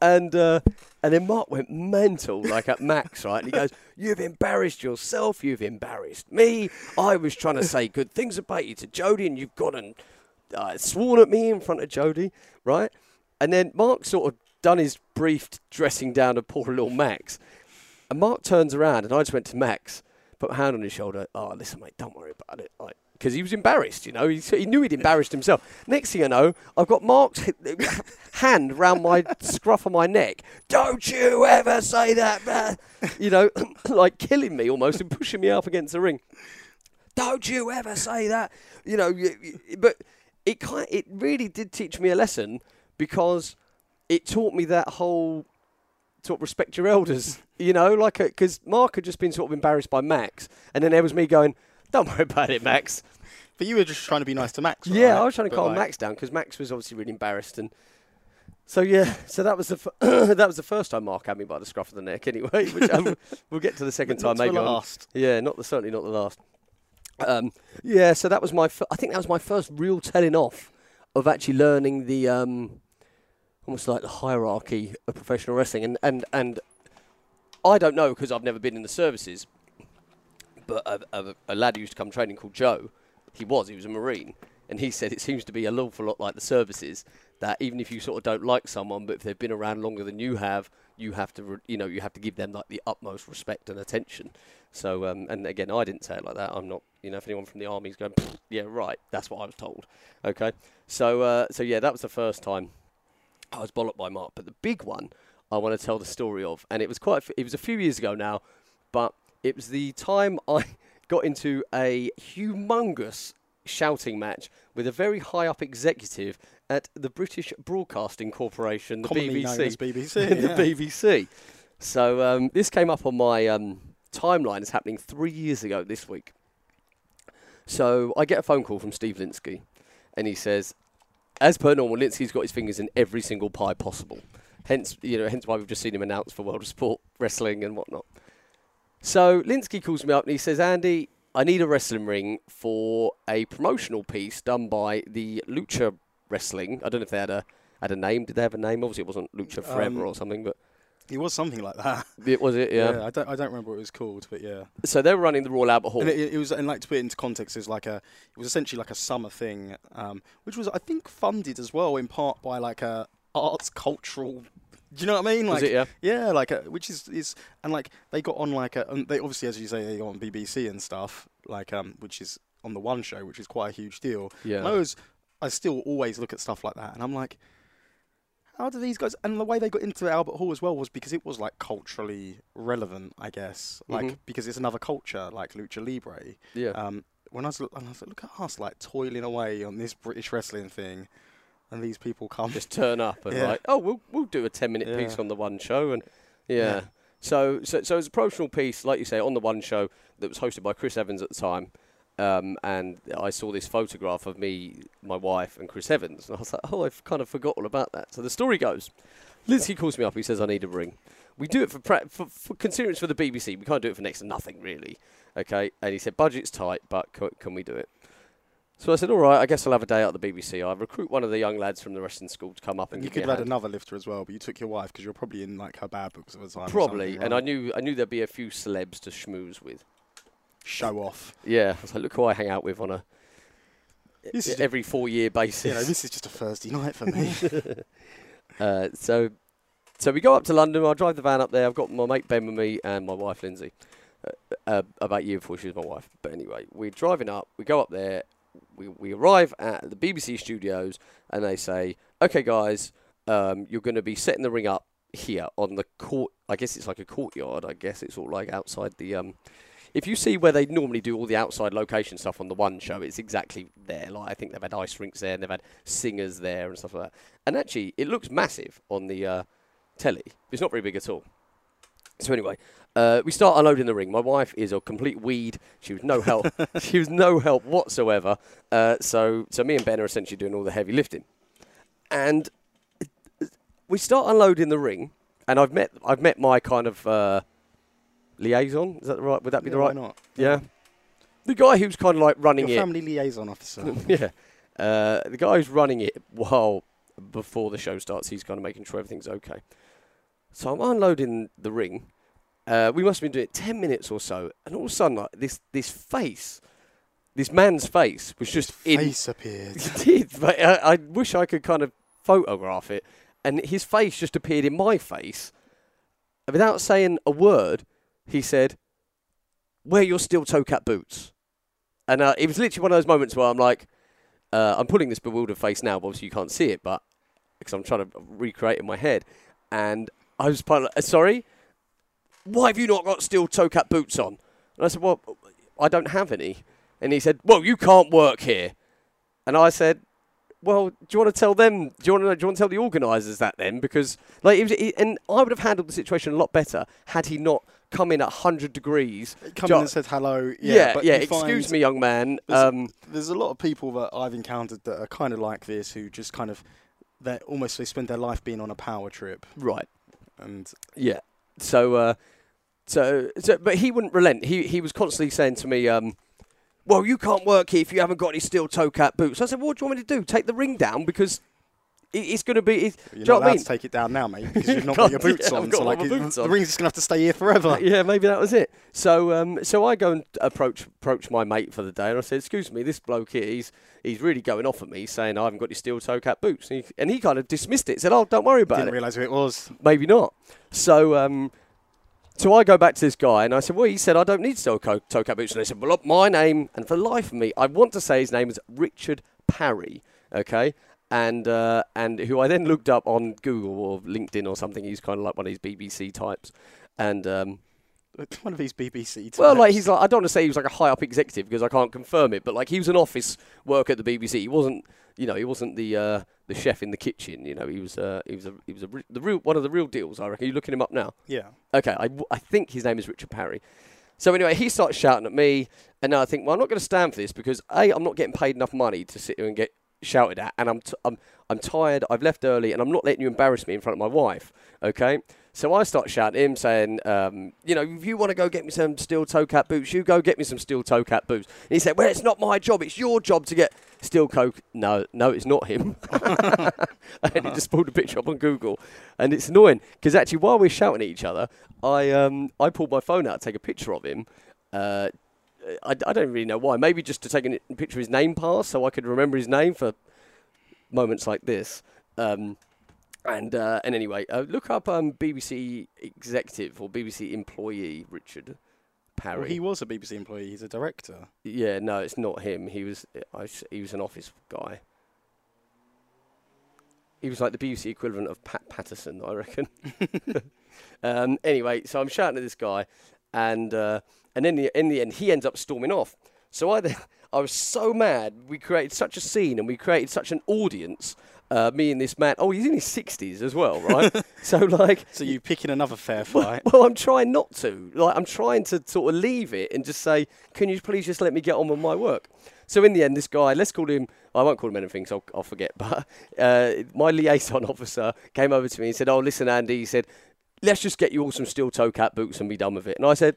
S5: and uh, and then Mark went mental, like at Max, right? And he goes, "You've embarrassed yourself. You've embarrassed me. I was trying to say good things about you to Jody, and you've gone and uh, sworn at me in front of Jody, right?" And then Mark sort of done his brief dressing down of poor little Max, and Mark turns around, and I just went to Max, put my hand on his shoulder. Oh, listen, mate, don't worry about it. Like, because he was embarrassed, you know. He, he knew he'd embarrassed himself. Next thing I know, I've got Mark's h- hand round my scruff of my neck. Don't you ever say that, man. You know, like killing me almost and pushing me up against the ring. Don't you ever say that. You know, you, you- but it kind, it really did teach me a lesson because it taught me that whole sort of respect your elders, you know, like because Mark had just been sort of embarrassed by Max, and then there was me going, "Don't worry about it, Max."
S4: but you were just trying to be nice to Max. Right?
S5: Yeah, I was trying to
S4: But,
S5: calm
S4: like,
S5: Max down because Max was obviously really embarrassed, and so yeah, so that was the f- that was the first time Mark had me by the scruff of the neck. Anyway, which um, we'll get to the second
S4: Not
S5: time
S4: to
S5: maybe.
S4: the
S5: on-
S4: last.
S5: Yeah, not the certainly not the last. Um, yeah, so that was my f- I think that was my first real telling off of actually learning the um, almost like the hierarchy of professional wrestling, and and and I don't know because I've never been in the services, but a, a, a lad who used to come training called Joe, he was, he was a Marine, and he said it seems to be an awful lot like the services that even if you sort of don't like someone, but if they've been around longer than you have, you have to, re- you know, you have to give them like the utmost respect and attention. So, um, and again, I didn't say it like that. I'm not, you know, if anyone from the army's going, "Pfft, yeah, right, that's what I was told. Okay, so, uh, so yeah, that was the first time I was bollocked by Mark. But the big one I want to tell the story of, and it was quite, a f- it was a few years ago now, but it was the time I got into a humongous shouting match with a very high up executive at the British Broadcasting Corporation, the
S4: commonly
S5: BBC
S4: known as BBC.
S5: in
S4: yeah.
S5: the BBC. So um, this came up on my um, timeline as happening three years ago this week. So I get a phone call from Steve Linsky, and he says, as per normal, Linsky's got his fingers in every single pie possible. Hence, you know, hence why we've just seen him announced for World of Sport Wrestling and whatnot. So Linsky calls me up and he says, Andy, I need a wrestling ring for a promotional piece done by the Lucha Wrestling. I don't know if they had a had a name. Did they have a name? Obviously, it wasn't Lucha Forever
S4: Um,
S5: or something, but
S4: It was something like that.
S5: it was it. Yeah.
S4: I don't. I don't remember what it was called, but yeah.
S5: So they were running the Royal Albert Hall.
S4: And it, it was, and like to put it into context, it was like a, it was essentially like a summer thing, um, which was I think funded as well in part by like a arts cultural. Do you know what I mean? Like,
S5: Was it, yeah?
S4: yeah, like a, which is is and like they got on like a, and they obviously as you say they got on BBC and stuff like um, which is on the One Show, which is quite a huge deal.
S5: Yeah.
S4: And I was, I still always look at stuff like that, and I'm like. How do these guys? And the way they got into Albert Hall as well was because it was like culturally relevant, I guess. Like
S5: Mhm.
S4: because it's another culture, like lucha libre.
S5: yeah.
S4: Um, when I was, l- and I was like, look at us, like toiling away on this British wrestling thing, and these people come.
S5: just turn up and
S4: Yeah.
S5: like, oh, we'll we'll do a ten minute piece
S4: Yeah.
S5: on the one show, and yeah.
S4: Yeah.
S5: So so so it was a promotional piece, like you say, on the one show that was hosted by Chris Evans at the time. Um, and I saw this photograph of me, my wife, and Chris Evans, and I was like, "Oh, I've kind of forgot all about that." So the story goes, Linsky calls me up. He says, "I need a ring." We do it for, pra- for, for considering it's for the BBC. We can't do it for next to nothing, really. Okay. And he said, "Budget's tight, but c- can we do it?" So I said, "All right. I guess I'll have a day out at the BBC. I recruit one of the young lads from the wrestling school to come up and
S4: you
S5: give
S4: could
S5: me
S4: have
S5: a
S4: had
S5: hand.
S4: another lifter as well, but you took your wife because you're probably in like her bad books at the time. or
S5: Probably.
S4: something,
S5: And I
S4: right?
S5: knew I knew there'd be a few celebs to schmooze with.
S4: show off.
S5: Yeah. I was like, "Look who I hang out with on a e-,
S4: This is
S5: every four year basis."
S4: You know, this is just a Thursday night for me.
S5: Uh, so, so we go up to London. I drive the van up there. I've got my mate Ben with me and my wife Lindsay. Uh, uh, about a year before she was my wife. But anyway, we're driving up. We go up there. We we arrive at the BBC studios, and they say, "Okay, guys, um, you're going to be setting the ring up here on the court. I guess it's like a courtyard. I guess it's all like outside the um." If you see where they normally do all the outside location stuff on the one show, it's exactly there. Like I think they've had ice rinks there, and they've had singers there and stuff like that. And actually, it looks massive on the uh, telly. It's not very big at all. So anyway, uh, we start unloading the ring. My wife is a complete weed. She was no help. she was no help whatsoever. Uh, so so me and Ben are essentially doing all the heavy lifting, and we start uh, unloading the ring, and I've met I've met my kind of uh, liaison. Is that the right? Would that be the
S4: why
S5: right?
S4: not?
S5: Yeah. The guy who's kind of like running
S4: Your
S5: it.
S4: family liaison officer.
S5: yeah. Uh, the guy who's running it while before the show starts, he's kind of making sure everything's okay. So I'm unloading the ring. Uh, we must have been doing it ten minutes or so, and all of a sudden, like this, this face, this man's face was just in
S4: Face appeared.
S5: it did, but I, I wish I could kind of photograph it. And his face just appeared in my face. And Without saying a word, he said, Wear your steel toe cap boots. And uh, it was literally one of those moments where I'm like, uh, I'm pulling this bewildered face now, but obviously you can't see it, but because I'm trying to recreate it in my head. And I was part of, uh, sorry, why have you not got steel toe cap boots on? And I said, Well, I don't have any. And he said, Well, you can't work here. And I said, "Well, do you want to tell them? Do you want to? Do you want to tell the organisers that then? Because like, it was, it, and I would have handled the situation a lot better had he not come in at hundred degrees.
S4: Come
S5: Jo-
S4: in and said hello. Yeah,
S5: yeah,
S4: but
S5: yeah,
S4: you find
S5: excuse me, young man.
S4: there's-
S5: Um,
S4: There's a lot of people that I've encountered that are kind of like this, who just kind of, they almost they spend their life being on a power trip,
S5: right.
S4: and
S5: Yeah. So, uh, so, so, but he wouldn't relent. He he was constantly saying to me, um, "Well, you can't work here if you haven't got any steel toe cap boots." I said, "What do you want me to do? Take the ring down because it, it's going to be." It,
S4: you're
S5: do you know
S4: not
S5: what
S4: allowed
S5: I mean?
S4: to take it down now, mate, because you've not got your
S5: Can't-
S4: boots
S5: yeah, I've
S4: on.
S5: got
S4: So
S5: all
S4: like,
S5: my
S4: it-
S5: boots
S4: the
S5: on.
S4: ring's just gonna have to stay here forever.
S5: yeah, maybe that was it. So, um, so I go and approach approach my mate for the day, and I said, "Excuse me, this bloke here, he's he's really going off at me, saying I haven't got your steel toe cap boots," and he, and he kind of dismissed it, said, "Oh, don't worry about
S4: Didn't
S5: it,
S4: realise who it was.
S5: maybe not." So, um, so I go back to this guy, and I said, "Well, he said I don't need steel co- toe cap boots," and they said, "Well, look, my name," and for the life of me, I want to say his name is Richard Parry, okay. And uh, and who I then looked up on Google or LinkedIn or something. He's kind of like one of these BBC types, and um,
S4: One of these BBC. Types.
S5: well, like he's like I don't want to say he was like a high up executive because I can't confirm it, but like he was an office worker at the BBC. He wasn't, you know, he wasn't the uh, the chef in the kitchen. You know, he was uh, he was a, he was a re- the real one of the real deals. I reckon. Are you looking him up now?
S4: yeah.
S5: Okay, I, w- I think his name is Richard Parry. So anyway, he starts shouting at me, and now I think, well, I'm not going to stand for this because a, I'm not getting paid enough money to sit here and get shouted at, and I'm t- I'm I'm tired. I've left early, and I'm not letting you embarrass me in front of my wife. Okay, so I start shouting at him, saying, um, you know, if you want to go get me some steel toe cap boots, you go get me some steel toe cap boots. And he said, well, it's not my job. It's your job to get steel coke. No, no, it's not him. and he just pulled a picture up on Google, and it's annoying because actually, while we're shouting at each other, I um I pulled my phone out to take a picture of him. Uh, I, I don't really know why. Maybe just to take a picture of his name pass so I could remember his name for moments like this. Um, and uh, and anyway, uh, look up um, BBC executive or BBC employee Richard Parry.
S4: Well, he was a BBC employee. He's a director.
S5: Yeah, no, it's not him. He was I, s- he was an office guy. He was like the BBC equivalent of Pat Patterson, I reckon. um, anyway, so I'm shouting at this guy, and uh, and in the in the end, he ends up storming off. So I then, I was so mad. We created such a scene, and we created such an audience. Uh, me and this man. Oh, he's in his sixties as well, right? so like,
S4: So you picking another fair
S5: well,
S4: fight?
S5: well, I'm trying not to. Like, I'm trying to sort of leave it and just say, can you please just let me get on with my work? So in the end, this guy, let's call him, I won't call him anything, so I'll, I'll forget, but uh, my liaison officer came over to me and said, oh, listen, Andy, he said, let's just get you all some steel toe cap boots and be done with it. And I said,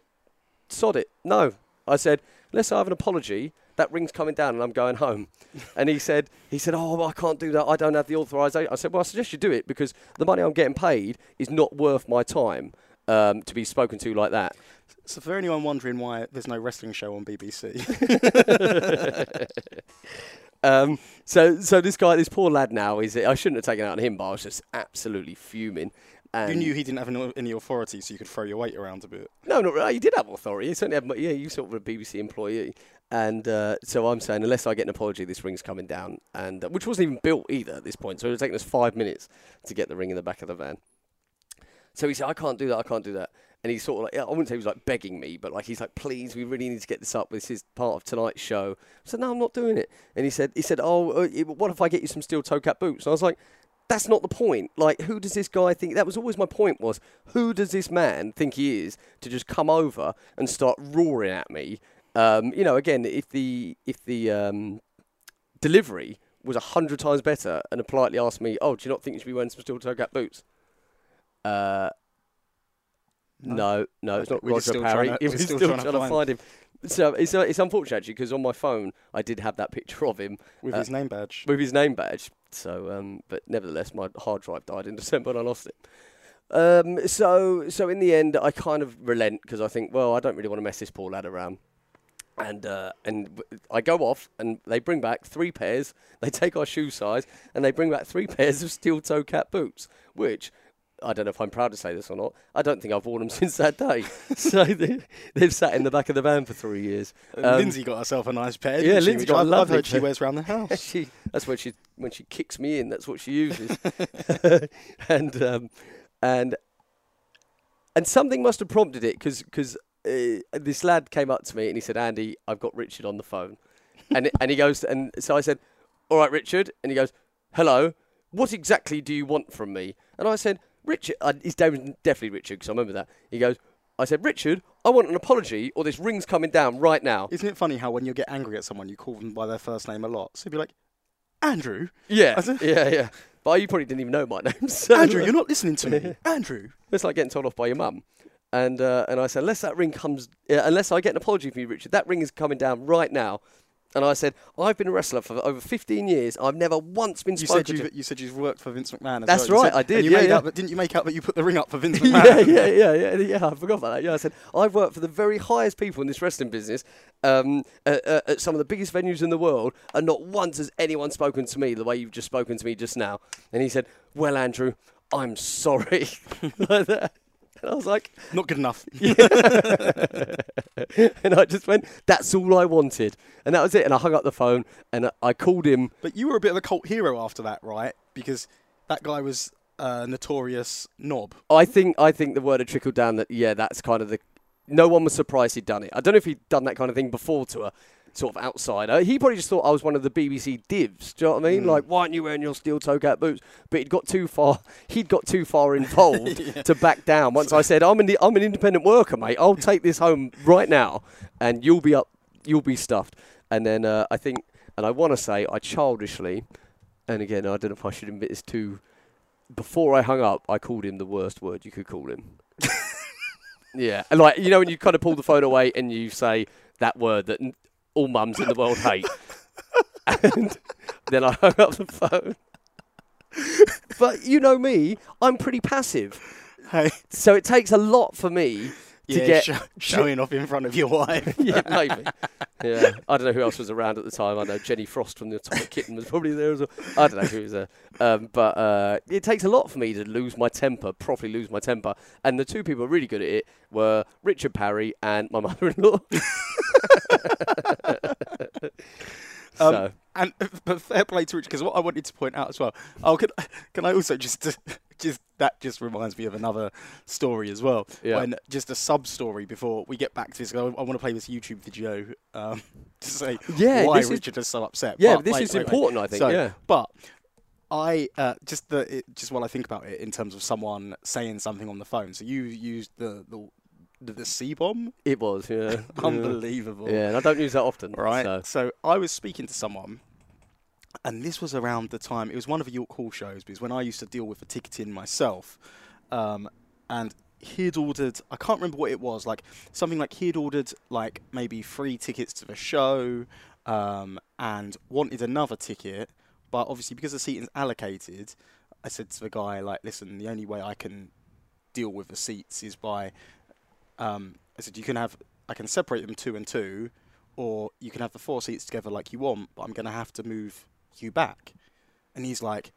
S5: sod it. No. I said, unless I have an apology, that ring's coming down and I'm going home. and he said, he said, oh, I can't do that. I don't have the authorization. I said, well, I suggest you do it because the money I'm getting paid is not worth my time um, to be spoken to like that.
S4: So for anyone wondering why there's no wrestling show on BBC,
S5: Um, so, so this guy, this poor lad now, is I shouldn't have taken it out on him, but I was just absolutely fuming. And
S4: you knew he didn't have any, any authority, so you could throw your weight around a bit.
S5: No, not really. You did have authority. You certainly had, mo- yeah, you sort of were a BBC employee. And uh, so I'm saying, unless I get an apology, this ring's coming down, and uh, which wasn't even built either at this point. So it was taking us five minutes to get the ring in the back of the van. So he said, I can't do that. I can't do that. And he's sort of like, yeah, I wouldn't say he was like begging me, but like he's like, please, we really need to get this up. This is part of tonight's show. I said, no, I'm not doing it. And he said, he said, oh, uh, it- what if I get you some steel toe cap boots? And I was like, that's not the point. Like, who does this guy think? That was always my point. Was who does this man think he is to just come over and start roaring at me? Um, you know, again, if the if the um, delivery was a hundred times better and politely asked me, "Oh, do you not think you should be wearing some steel toe cap boots?" Uh, No, no, it's
S4: Okay,
S5: not
S4: we're just
S5: Roger
S4: still
S5: Parry.
S4: tryna-
S5: We're still, trying, to,
S4: find-
S5: find him. So it's uh, it's unfortunate actually because on my phone I did have that picture of him
S4: with
S5: Uh,
S4: his name badge.
S5: with his name badge. So, um, but nevertheless, my hard drive died in December and I lost it. Um, so, so in the end, I kind of relent because I think, well, I don't really want to mess this poor lad around. And uh, and w- I go off, and they bring back three pairs. They take our shoe size, and they bring back three pairs of steel toe cap boots, which. I don't know if I'm proud to say this or not. I don't think I've worn them since that day. so they, they've sat in the back of the van for three years.
S4: And
S5: um,
S4: Lindsay got herself a nice pair.
S5: yeah,
S4: didn't she,
S5: Lindsay
S4: which
S5: got a
S4: I've, I've
S5: lovely
S4: heard she
S5: pair.
S4: wears around the house.
S5: she that's when she when she kicks me in that's what she uses and um and and something must have prompted it because uh, this lad came up to me and he said andy i've got richard on the phone and and he goes and so i said all right richard and he goes hello what exactly do you want from me and i said richard uh, his name was definitely richard because i remember that he goes i said richard i want an apology or this ring's coming down right now
S4: Isn't it funny how when you get angry at someone, you call them by their first name a lot? So you'd be like, Andrew,
S5: Yeah,
S4: I said-
S5: yeah, yeah. But you probably didn't even know my name. So
S4: Andrew, you're not listening to me. Andrew.
S5: it's like getting told off by your mum. And uh, and I said, unless that ring comes, uh, unless I get an apology from you, Richard, that ring is coming down right now. And I said, I've been a wrestler for over 15 years. I've never once been
S4: You
S5: spoken
S4: said you,
S5: to.
S4: you said you've worked for Vince McMahon. As
S5: That's
S4: well. You
S5: right,
S4: said-
S5: I did,
S4: And you
S5: yeah,
S4: made
S5: yeah.
S4: Up, but didn't you make out that you put the ring up for Vince McMahon?
S5: yeah, yeah, yeah, yeah, yeah. I forgot about that. Yeah, I said I've worked for the very highest people in this wrestling business, um, uh, uh, at some of the biggest venues in the world, and not once has anyone spoken to me the way you've just spoken to me just now. And he said, "Well, Andrew, I'm sorry." like that. And I was like,
S4: Not good enough.
S5: and I just went, "That's all I wanted," and that was it. And I hung up the phone, and I- I called him.
S4: But you were a bit of a cult hero after that, right? Because that guy was a notorious knob.
S5: I think I think the word had trickled down that yeah, that's kind of the. No one was surprised he'd done it. I don't know if he'd done that kind of thing before to a sort of outsider. He probably just thought I was one of the BBC divs. Do you know what I mean? Like, why aren't you wearing your steel toe cap boots? But he'd got too far. He'd got too far involved to back down. Once I said, "I'm an I'm an independent worker, mate. I'll take this home right now, and you'll be up, you'll be stuffed." And then uh, I think, and I want to say, I childishly, and again, I don't know if I should admit this too before I hung up, I called him the worst word you could call him. yeah, and like you know when you kind of pull the phone away and you say that word that n- all mums in the world hate, and then I hung up the phone. but you know me, I'm pretty passive,
S4: Hey,
S5: so it takes a lot for me to
S4: yeah,
S5: get.
S4: sho- showing off in front of your wife.
S5: yeah, maybe. Yeah, I don't know who else was around at the time. I know Jenny Frost from the Atomic Kitten was probably there as well. I don't know who was there, um, but uh, it takes a lot for me to lose my temper, properly lose my temper. And the two people really good at it were Richard Parry and my mother-in-law.
S4: Um,
S5: so
S4: And but fair play to Richard, because what I wanted to point out as well. Oh, can can I also just just that just reminds me of another story as well.
S5: Yeah.
S4: When just a sub story before we get back to this, 'cause I, I want to play this YouTube video um, to say
S5: Yeah,
S4: why
S5: this is-
S4: Richard is, so upset.
S5: yeah,
S4: But
S5: this
S4: wait,
S5: is
S4: wait, wait.
S5: important. I think.
S4: So,
S5: yeah.
S4: But I uh, just the it, just while I think about it in terms of someone saying something on the phone. So you used the the the, the C bomb.
S5: It was, yeah.
S4: Unbelievable.
S5: Yeah, and I don't use that often.
S4: Right.
S5: So.
S4: So I was speaking to someone, and this was around the time it was one of the York Hall shows because when I used to deal with the ticketing myself, um, and he'd ordered I can't remember what it was like something like he'd ordered like maybe three tickets to the show, um, and wanted another ticket, but obviously because the seating's allocated, I said to the guy like, listen, the only way I can deal with the seats is by um, I said you can have I can separate them two and two, or you can have the four seats together like you want, but I'm going to have to move you back. And he's like,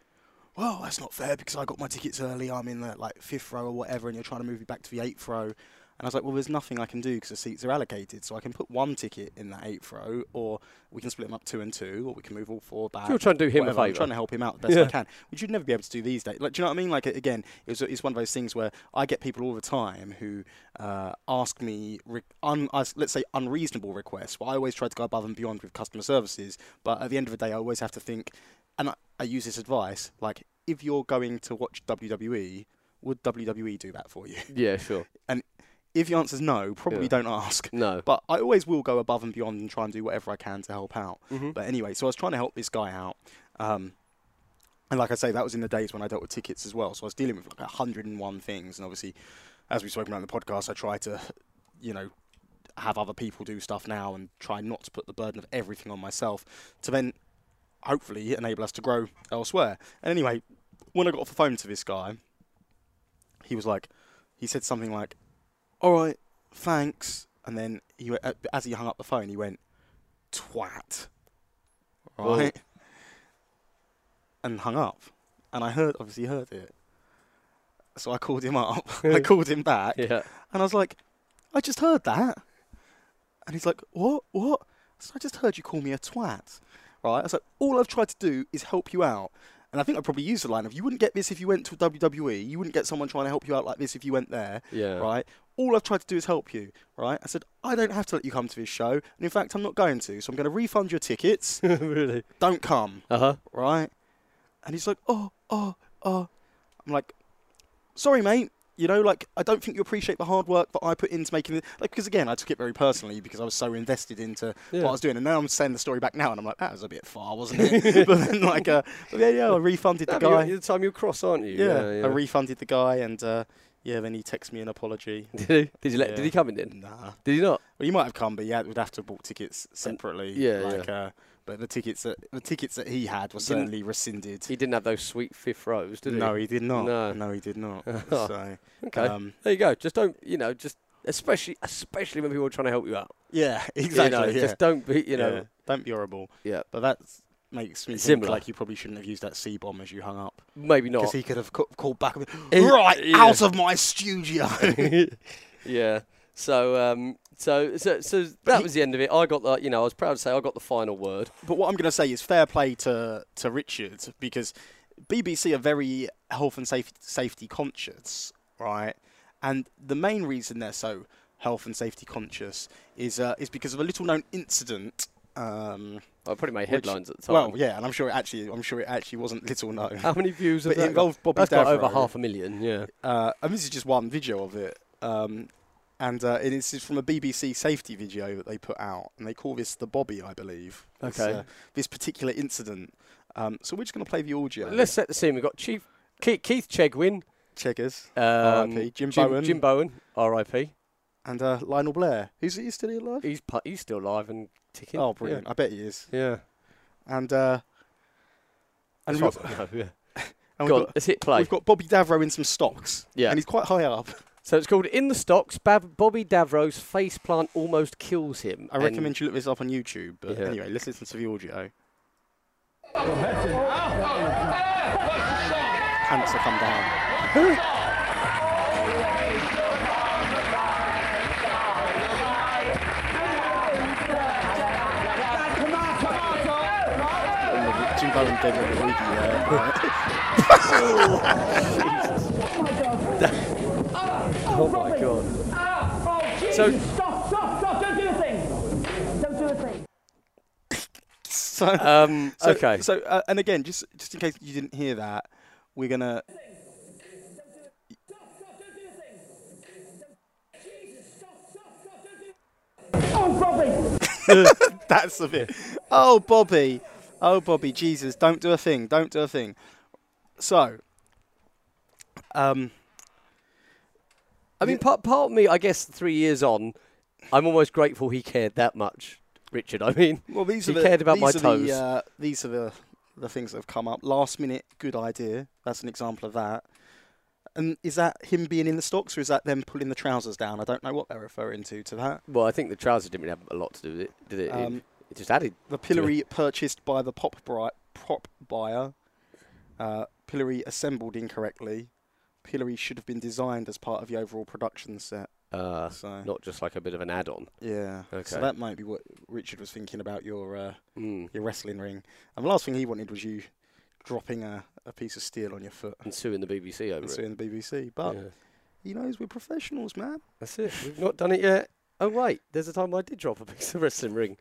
S4: well, that's not fair because I got my tickets early. I'm in the like fifth row or whatever, and you're trying to move me back to the eighth row. And I was like, well, there's nothing I can do because the seats are allocated, so I can put one ticket in that eighth row, or we can split them up two and two, or we can move all four back.
S5: You're trying to do him
S4: whatever.
S5: a
S4: I'm
S5: favour.
S4: trying to help him out the best
S5: Yeah.
S4: I can, which you'd never be able to do these days. Like, do you know what I mean? Like a- again, it's it's one of those things where I get people all the time who uh, ask me, re- un, us- let's say, unreasonable requests. Well, I always try to go above and beyond with customer services, but at the end of the day, I always have to think, and I, I use this advice like if you're going to watch WWE, would WWE do that for you?
S5: Yeah, sure.
S4: If the answer's no, probably
S5: Yeah.
S4: don't ask.
S5: No.
S4: But I always will go above and beyond and try and do whatever I can to help out.
S5: Mhm.
S4: But anyway, so I was trying to help this guy out. Um, and like I say, that was in the days when I dealt with tickets as well. So I was dealing with like 101 things. And obviously, as we've spoken about in the podcast, I try to, you know, have other people do stuff now and try not to put the burden of everything on myself to then hopefully enable us to grow elsewhere. And anyway, when I got off the phone to this guy, he was like, he said something like, "All right, thanks," and then he went, as he hung up the phone, he went, "Twat,"
S5: Well-
S4: right, and hung up. And I heard, obviously, heard it. So I called him up. I called him back.
S5: Yeah.
S4: And I was like, I just heard that. And he's like, What? What? So I just heard you call me a twat. Right? I was like, All I've tried to do is help you out. And I think I probably used the line of, You wouldn't get this if you went to WWE. You wouldn't get someone trying to help you out like this if you went there.
S5: Yeah.
S4: Right? All I've tried to do is help you. Right? I said, I don't have to let you come to this show. And in fact, I'm not going to. So I'm going to refund your tickets.
S5: really.
S4: don't come
S5: Uh huh.
S4: right? And he's like, oh, oh, oh. I'm like, sorry, mate. You know, like, I don't think you appreciate the hard work that I put into making it. Like, because again, I took it very personally because I was so invested into
S5: Yeah.
S4: what I was doing. And now I'm saying the story back now and I'm like, that was a bit far, wasn't it? but then, like, uh, but yeah, yeah, I refunded the
S5: No, but you're-
S4: guy.
S5: you're the time you're cross, aren't you?
S4: yeah,
S5: yeah.
S4: I refunded the guy and, uh, yeah, then he texted me an apology.
S5: did he? Did you let?
S4: Yeah.
S5: Did he come in? Then?
S4: Nah.
S5: Did he not?
S4: Well, you might have come, but yeah, we'd have to have bought tickets separately.
S5: yeah,
S4: like, Uh, but the tickets that the tickets that he had were
S5: Didn't-
S4: certainly rescinded.
S5: He didn't have those sweet fifth rows, did he?
S4: No, he did not.
S5: No.
S4: No, Oh, he did not. so,
S5: Okay.
S4: um,
S5: there you go. Just don't. You know. Just especially especially when people are trying to help you out.
S4: yeah,
S5: You know,
S4: exactly. yeah.
S5: Just don't be. You know.
S4: Yeah, don't be horrible.
S5: Yeah.
S4: But that makes me think
S5: Similar.
S4: like you probably shouldn't have used that C bomb as you hung up
S5: Maybe not.
S4: because he could have ca- called back. and
S5: He-
S4: been, Right
S5: yeah.
S4: out of my studio.
S5: yeah. So um so so so that
S4: he-
S5: was the end of it. I got the you know, I was proud to say I got the final word.
S4: but what I'm going to say is fair play to to Richard because BBC are very health and safety safety conscious, right? And the main reason they're so health and safety conscious is uh, is because of a little known incident. Um,
S5: I probably made
S4: Which-
S5: headlines at the time.
S4: Well, yeah, and I'm sure it actually, I'm sure it actually wasn't little known.
S5: How many views have
S4: But it
S5: that
S4: involved
S5: got?
S4: Bobby
S5: That's got over
S4: Davro.
S5: half a million, yeah.
S4: Uh, and this is just one video of it, um, and uh, it is from a BBC safety video that they put out, and they call this the Bobby, I believe. This,
S5: Okay.
S4: uh, this particular incident. Um, so we're just going to play the audio.
S5: Let's set the scene. We've got Chief Keith, Keith Chegwin,
S4: checkers
S5: um,
S4: R.I.P., Jim Bowen.
S5: Jim Bowen, R.I.P.
S4: and uh, Lionel Blair. Who's he still alive?
S5: He's pu- he's still alive and ticking.
S4: Oh, brilliant! I bet he is.
S5: Yeah. yeah.
S4: And uh, and,
S5: As
S4: we've
S5: far
S4: got,
S5: as I know, yeah.
S4: and
S5: Go
S4: we've,
S5: on,
S4: got,
S5: let's hit play.
S4: we've got Bobby Davro in some stocks.
S5: Yeah.
S4: and he's quite high up.
S5: So it's called In the Stocks, Bab- Bobby Davro's face plant almost kills him.
S4: I
S5: And-
S4: recommend you look this up on YouTube. But
S5: Yeah.
S4: anyway, let's listen to the audio. Pants have come down. And the Jim Bowen gave him a wiggy there.
S5: Oh my god.
S1: So stop, stop, stop! Don't do the thing. Don't do the thing.
S4: So,
S5: Um,
S4: so-
S5: okay.
S4: So, uh, and again, just just in case you didn't hear that, we're gonna
S1: Stop, stop! Don't do the thing. Jesus! Stop, stop, stop! Don't do. Oh, Bobby!
S4: That's the bit. Oh, Bobby. Oh, Bobby. Jesus. Don't do a thing. Don't do a thing. So, um,
S5: I mean, part, part of me, I guess, three years on, I'm almost grateful he cared that much, Richard. I mean,
S4: well, these
S5: he
S4: are the,
S5: cared about
S4: these
S5: my
S4: are
S5: toes.
S4: The, uh, these are the the things that have come up. Last minute, good idea. That's an example of that. And is that him being in the stocks, or is that them pulling the trousers down? I don't know what they're referring to to that.
S5: well, I think the trousers didn't really have a lot to do with it, did it? It-
S4: Um,
S5: it just added.
S4: The pillory purchased by the pop, bri- prop buyer. Uh, pillory assembled incorrectly. Pillory should have been designed as part of the overall production set.
S5: Uh,
S4: So
S5: not just like a bit of an add-on.
S4: Yeah.
S5: Okay.
S4: So that might be what Richard was thinking about your uh,
S5: Mm.
S4: your wrestling ring. And the last thing he wanted was you dropping a, a piece of steel on your foot
S5: And suing the BBC over
S4: and
S5: it.
S4: suing the BBC. But
S5: Yeah.
S4: he knows we're professionals, man.
S5: That's it. We've not done it yet. Oh wait, there's a time I did drop a piece of wrestling ring,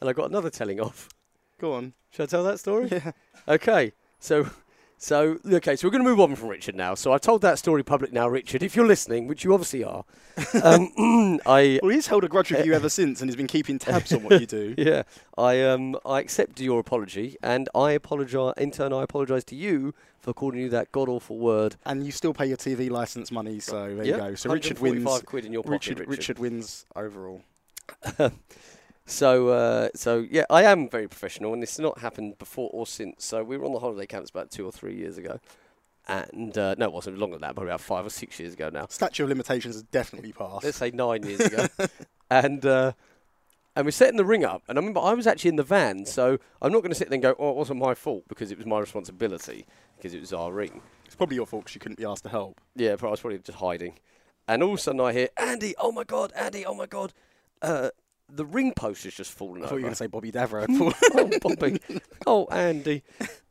S5: and I got another telling off.
S4: Go on.
S5: Should I tell that story?
S4: Yeah.
S5: Okay, so So, okay, so we're going to move on from Richard now. So I've told that story public now, Richard. If you're listening, which you obviously are, um, I
S4: Well, he's held a grudge with you ever since, and he's been keeping tabs on what you do.
S5: yeah, I um, I accept your apology, and I apologize. In turn, I apologise to you for calling you that god awful word.
S4: And you still pay your TV license money, so there
S5: Yeah,
S4: you go. So Richard wins.
S5: 145 quid in your pocket,
S4: Richard,
S5: Richard.
S4: Richard wins overall.
S5: So, uh, so yeah, I am very professional, and this has not happened before or since. So we were on the holiday camps about two or three years ago, and uh, no, it wasn't longer than that, probably about five or six years ago now.
S4: Statue of limitations has definitely passed.
S5: Let's say nine years ago, and. Uh, and we're setting the ring up, and I remember I was actually in the van, so I'm not going to sit there and go, "Oh, it wasn't my fault," because it was my responsibility, because it was our ring.
S4: it's probably your fault 'cause you couldn't be asked to help.
S5: Yeah, but I was probably just hiding. And all of a sudden I hear, Andy, oh my God, Andy, oh my God. Uh, the ring post has just fallen
S4: I
S5: over.
S4: thought you were going to say Bobby Davro.
S5: oh, Bobby. oh, Andy.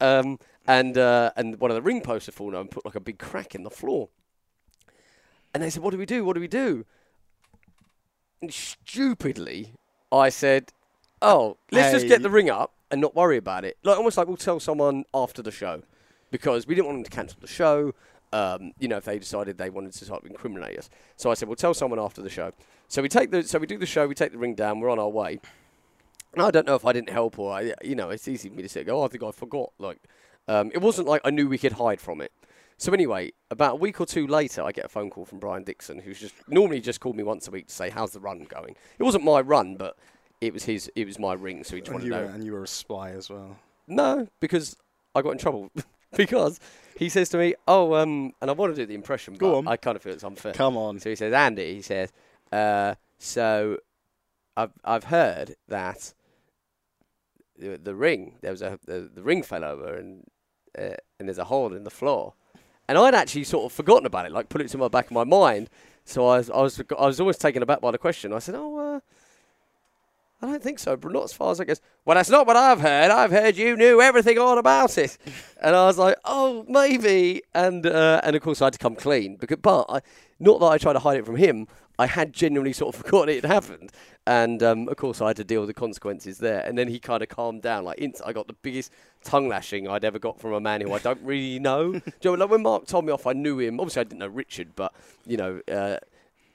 S5: Um, and, uh, and one of the ring posts had fallen over and put like a big crack in the floor. And they said, what do we do? What do we do? And stupidly, I said, oh, let's just get
S4: Hey.
S5: the ring up and not worry about it. Like almost like we'll tell someone after the show because we didn't want them to cancel the show. Um, you know, if they decided they wanted to start to incriminate us, so I said, "We'll tell someone after the show." So we take the, so we do the show, we take the ring down, we're on our way. And I don't know if I didn't help or I, you know, it's easy for me to sit and go, "Oh, I think I forgot." Like, um, it wasn't like I knew we could hide from it. So anyway, about a week or two later, I get a phone call from Brian Dixon, who's just normally just called me once a week to say, "How's the run going?" It wasn't my run, but it was his, it was my ring, so he just
S4: and,
S5: wanted
S4: you
S5: to
S4: were,
S5: know.
S4: and you were a spy as well.
S5: No, because I got in trouble. because he says to me, "Oh, um," and I want to do the impression,
S4: Go
S5: but
S4: on.
S5: I kind of feel it's unfair.
S4: Come on.
S5: So he says, "Andy," he says, uh, "So I've I've heard that the, the ring there was a the, the ring fell over and uh, and there's a hole in the floor." And I'd actually sort of forgotten about it, like put it to my back of my mind. So I was, I was, I was always taken aback by the question. I said, "Oh, uh, I don't think so, but not as far as I guess." Well, that's not what I've heard. I've heard you knew everything all about it, and I was like, "Oh, maybe." And uh, and of course, I had to come clean because, but I, not that I tried to hide it from him. I had genuinely sort of forgotten it had happened, and um, of course, I had to deal with the consequences there. And then he kind of calmed down. Like, int- I got the biggest tongue lashing I'd ever got from a man who I don't really know. Do you know, like when Mark told me off, I knew him. Obviously, I didn't know Richard, but you know. Uh,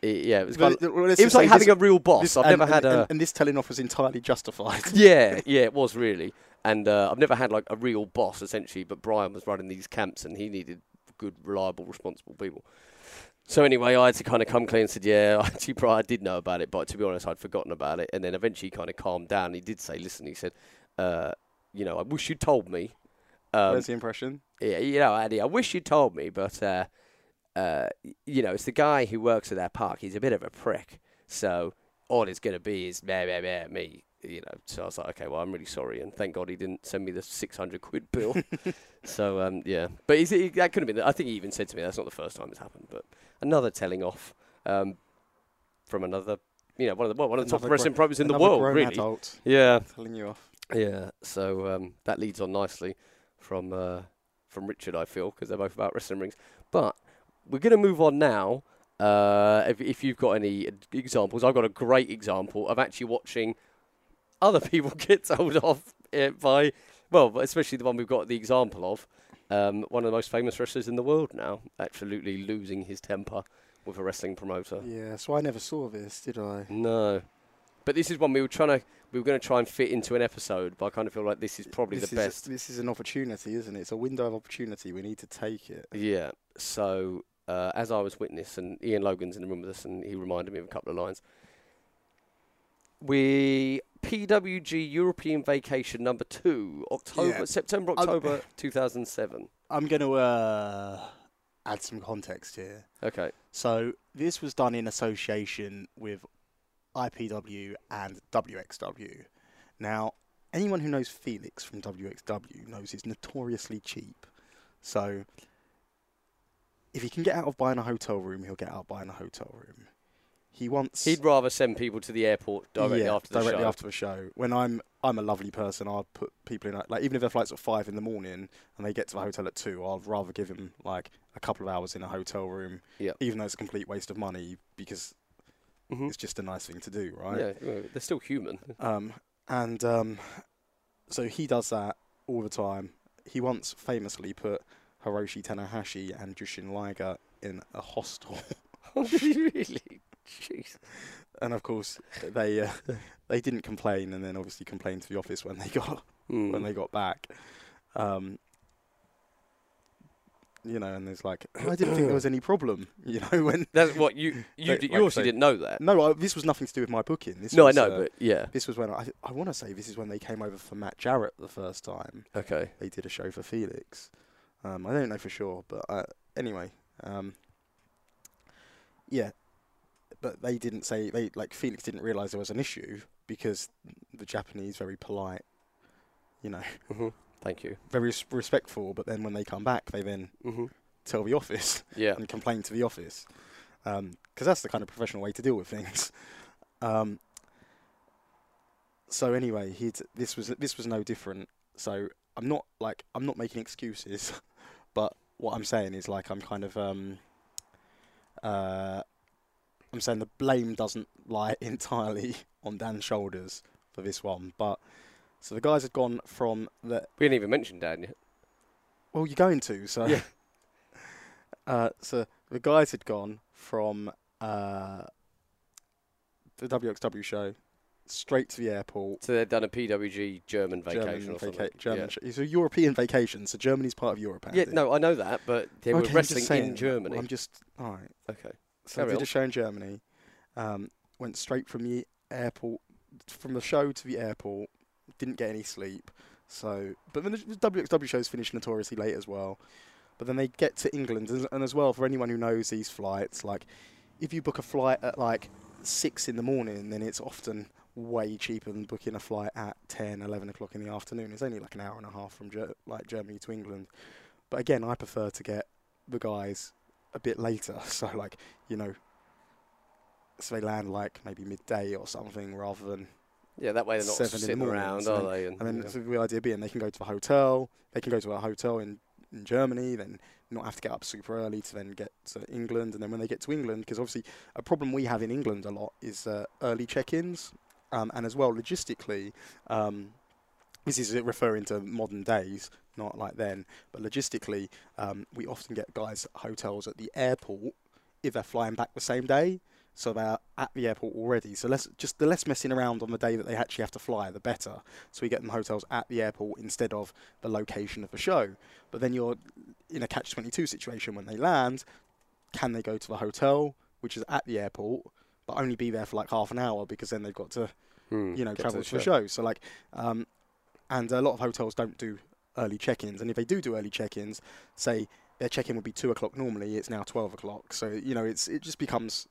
S5: it, yeah, it was, kind
S4: Well,
S5: of,
S4: well, let's
S5: it was
S4: just
S5: like
S4: say this-
S5: having a real boss.
S4: This-
S5: I've
S4: and-
S5: never had
S4: and,
S5: a
S4: and, and this telling off was entirely justified.
S5: yeah, yeah, it was really. And uh, I've never had like a real boss essentially, but Brian was running these camps and he needed good, reliable, responsible people. So anyway, I had to kind of come clean and said, yeah, actually, Brian, I did know about it, but to be honest, I'd forgotten about it. And then eventually, he kind of calmed down. He did say, listen, he said, uh, you know, I wish you told me. Um,
S4: Where's the impression?
S5: yeah, you know, Andy, I wish you told me, but uh, uh, y- you know, it's the guy who works at that park. He's a bit of a prick. So all it's going to be is meh, meh, meh, me. You know, so I was like, okay, well, I'm really sorry, and thank God he didn't send me the 600 quid bill. so um, yeah, but he's, he, that could have been. the- I think he even said to me that's not the first time it's happened, but another telling off um, from another, you know, one of the well, one of the
S4: Another
S5: top wrestling
S4: gro-
S5: programs in the
S4: Another
S5: world,
S4: grown
S5: really.
S4: adult
S5: Yeah.
S4: telling you off.
S5: Yeah, so um, that leads on nicely from uh, from Richard, I feel, because they're both about wrestling rings. But we're going to move on now. Uh, if, if you've got any examples, I've got a great example of actually watching other people get told off uh, by, well, especially the one we've got the example of, um, one of the most famous wrestlers in the world now, absolutely losing his temper with a wrestling promoter.
S4: Yeah, so I never saw this, did I?
S5: No. But this is one we were trying to we were going to try and fit into an episode, but I kind of feel like this is probably
S4: this
S5: the
S4: is,
S5: best.
S4: This is an opportunity, isn't it? It's a window of opportunity. We need to take it.
S5: Yeah. So uh, as I was witness, and Ian Logan's in the room with us, and he reminded me of a couple of lines. We PWG European Vacation number two, October,
S4: Yeah.
S5: September,
S4: I'm-
S5: October, two thousand seven.
S4: I'm going to uh, add some context here.
S5: Okay.
S4: So this was done in association with IPW and WXW. Now, anyone who knows Felix from WXW knows he's notoriously cheap. So if he can get out of buying a hotel room, he'll get out buying a hotel room. He wants
S5: He'd rather send people to the airport directly
S4: yeah,
S5: after the
S4: directly
S5: show.
S4: after the show. When I'm I'm a lovely person, I'll put people in like even if their flight's at five in the morning and they get
S5: Mm.
S4: to the hotel at two, I'll rather give them like a couple of hours in a hotel room,
S5: Yep.
S4: even though it's a complete waste of money because
S5: Mhm.
S4: it's just a nice thing to do, right?
S5: Yeah, well, they're still human.
S4: Um, and um, so he does that all the time. He once famously put Hiroshi Tanahashi and Jushin Liger in a hostel,
S5: really? Jeez.
S4: and of course they uh, they didn't complain, and then obviously complained to the office when they got
S5: Hmm.
S4: when they got back. Um, you know, and there's like, I didn't think there was any problem. You know, when
S5: That's what you you,
S4: They-
S5: d- you
S4: like
S5: obviously
S4: they-
S5: didn't know that.
S4: no, I, this was nothing to do with my booking. This
S5: No, I
S4: was,
S5: know,
S4: uh,
S5: but yeah.
S4: this was when I I want to say this is when they came over for Matt Jarrett the first time.
S5: Okay.
S4: They did a show for Felix. Um, I don't know for sure, but uh, anyway, um, yeah. But they didn't say they like Felix didn't realize there was an issue because the Japanese very polite, you know,
S5: hmm Thank you.
S4: very res- respectful. But then when they come back, they then
S5: hmm
S4: tell the office
S5: Yeah.
S4: and complain to the office because that's the kind of professional way to deal with things. Um, so anyway, he'd, this was this was no different. So I'm not like I'm not making excuses, but what I'm saying is like I'm kind of um, uh, I'm saying the blame doesn't lie entirely on Dan's shoulders for this one, but. So the guys had gone from the
S5: We didn't even mention Dan yet.
S4: well, you're going to, so.
S5: Yeah.
S4: uh, so the guys had gone from uh, the WXW show straight to the airport.
S5: So they'd done a PWG German vacation
S4: German
S5: or something.
S4: vaca- German
S5: yeah.
S4: sh- It's a European vacation, so Germany's part of Europe.
S5: Yeah,
S4: Andy.
S5: no, I know that, but they
S4: Okay, I'm
S5: were
S4: Oh, just
S5: wrestling
S4: saying.
S5: in Germany.
S4: I'm just all right.
S5: okay.
S4: So
S5: Carry
S4: I did
S5: on.
S4: a show in Germany. Um, went straight from the airport, from the show to the airport. Didn't get any sleep. So, but then the WXW shows finished notoriously late as well. But then they get to England, and, and as well for anyone who knows these flights, like if you book a flight at like six in the morning, then it's often way cheaper than booking a flight at 10, 11 o'clock in the afternoon. It's only like an hour and a half from Ger- like Germany to England. But again, I prefer to get the guys a bit later. So like you know, so they land like maybe midday or something rather than.
S5: Yeah, that way they're not
S4: Seven in the
S5: sitting
S4: morning,
S5: around,
S4: so-
S5: are they? And,
S4: And then
S5: yeah.
S4: so the idea being they can go to a hotel, they can go to a hotel in, in Germany, then not have to get up super early to then get to England. And then when they get to England, because obviously a problem we have in England a lot is uh, early check ins. Um, and as well, logistically, um, this is referring to modern days, not like then, but logistically, um, we often get guys at hotels at the airport if they're flying back the same day. So they're at the airport already. So less just the less messing around on the day that they actually have to fly, the better. So we get them hotels at the airport instead of the location of the show. But then you're in a catch twenty two situation when they land. Can they go to the hotel, which is at the airport, but only be there for like half an hour because then they've got to
S5: Hmm,
S4: you know,
S5: get to
S4: travel
S5: the
S4: to the show. So like, um, and a lot of hotels don't do early check-ins, and if they do do early check-ins, say their check-in would be two o'clock normally, it's now twelve o'clock. So you know, it's it just becomes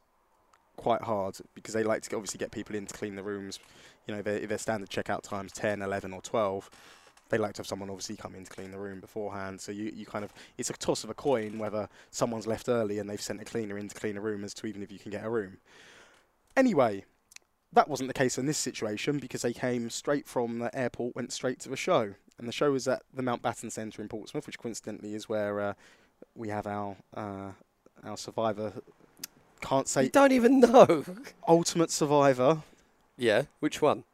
S4: quite hard because they like to obviously get people in to clean the rooms. You know, their- if their standard checkout times 10, 11 or twelve. They like to have someone obviously come in to clean the room beforehand. So you, you kind of it's a toss of a coin whether someone's left early and they've sent a cleaner in to clean a room as to even if you can get a room. Anyway, that wasn't the case in this situation because they came straight from the airport, went straight to the show, and the show was at the Mountbatten Centre in Portsmouth, which coincidentally is where uh, we have our uh, our Survivor. Can't
S5: You
S4: say
S5: don't even know.
S4: Ultimate Survivor
S5: yeah. Which one?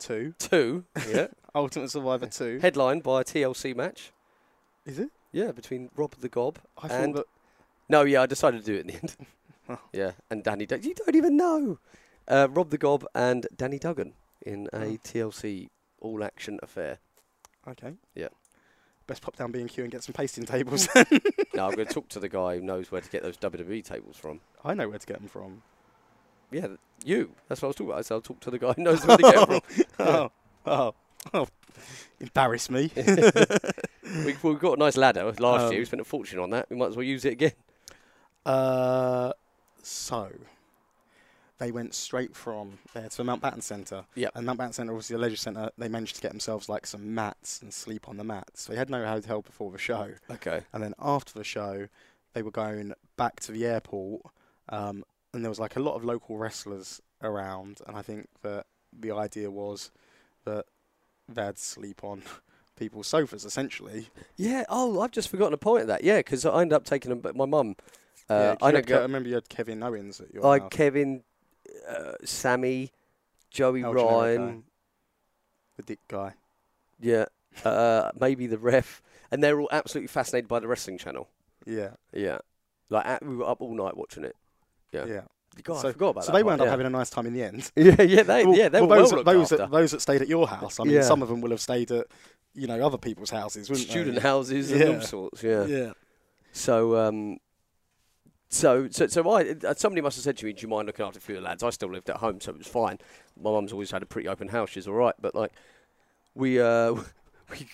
S4: Two,
S5: Two. Yeah.
S4: Ultimate Survivor Two.
S5: Headlined by a TLC match.
S4: Is it?
S5: Yeah, between Rob the Gob
S4: I
S5: and
S4: thought that
S5: No, yeah, I decided to do it in the end. yeah, and Danny Duggan. You don't even know. Uh, Rob the Gob and Danny Duggan in a
S4: Oh.
S5: TLC all action affair.
S4: okay.
S5: Yeah. Mm.
S4: Best pop down B and Q and get some pasting tables.
S5: now, I'm going to talk to the guy who knows where to get those WWE tables from.
S4: I know where to get them from.
S5: Yeah, th- you. That's what I was talking about. I said, I'll talk to the guy who knows where to get 'em from.
S4: Oh, oh, oh. embarrass me.
S5: We, we've got a nice ladder last
S4: Um,
S5: year. We spent a fortune on that. We might as well use it again.
S4: Uh, so they went straight from there to the Mountbatten Centre.
S5: Yep.
S4: And Mountbatten Centre, obviously the leisure centre, they managed to get themselves like some mats and sleep on the mats. They had no hotel before the show,
S5: Okay.
S4: and then after the show, they were going back to the airport. Um, and there was like a lot of local wrestlers around, and I think that the idea was that they'd sleep on people's sofas essentially.
S5: Yeah. Oh, I've just forgotten a point of that. Yeah, because I ended up taking them. But my mum, uh,
S4: Yeah, 'cause
S5: I
S4: you had
S5: don't
S4: Ke- I
S5: go.
S4: remember you had Kevin Owens at your
S5: I
S4: house.
S5: Kevin, uh, Sammy, Joey
S4: El Generico.
S5: Ryan.
S4: the dick guy.
S5: Yeah. Uh, maybe the ref. and they're all absolutely fascinated by the wrestling channel.
S4: Yeah,
S5: Yeah, like at, we were up all night watching it. Yeah.
S4: yeah.
S5: God,
S4: so
S5: I forgot about
S4: so
S5: that.
S4: they
S5: part,
S4: wound up
S5: yeah.
S4: having a nice time in the end.
S5: Yeah, yeah, they,
S4: Well-
S5: yeah, they
S4: well,
S5: were
S4: those,
S5: well looked
S4: those
S5: after.
S4: That, those that stayed at your house. I mean,
S5: Yeah.
S4: some of them will have stayed at you know other people's houses, wouldn't
S5: Student
S4: they?
S5: houses and
S4: Yeah.
S5: all sorts. Yeah.
S4: Yeah.
S5: So, um, so, so, so I uh, somebody must have said to me, "Do you mind looking after a few of the lads?" I still lived at home, so it was fine. My mum's always had a pretty open house; she's all right. But like, we uh, we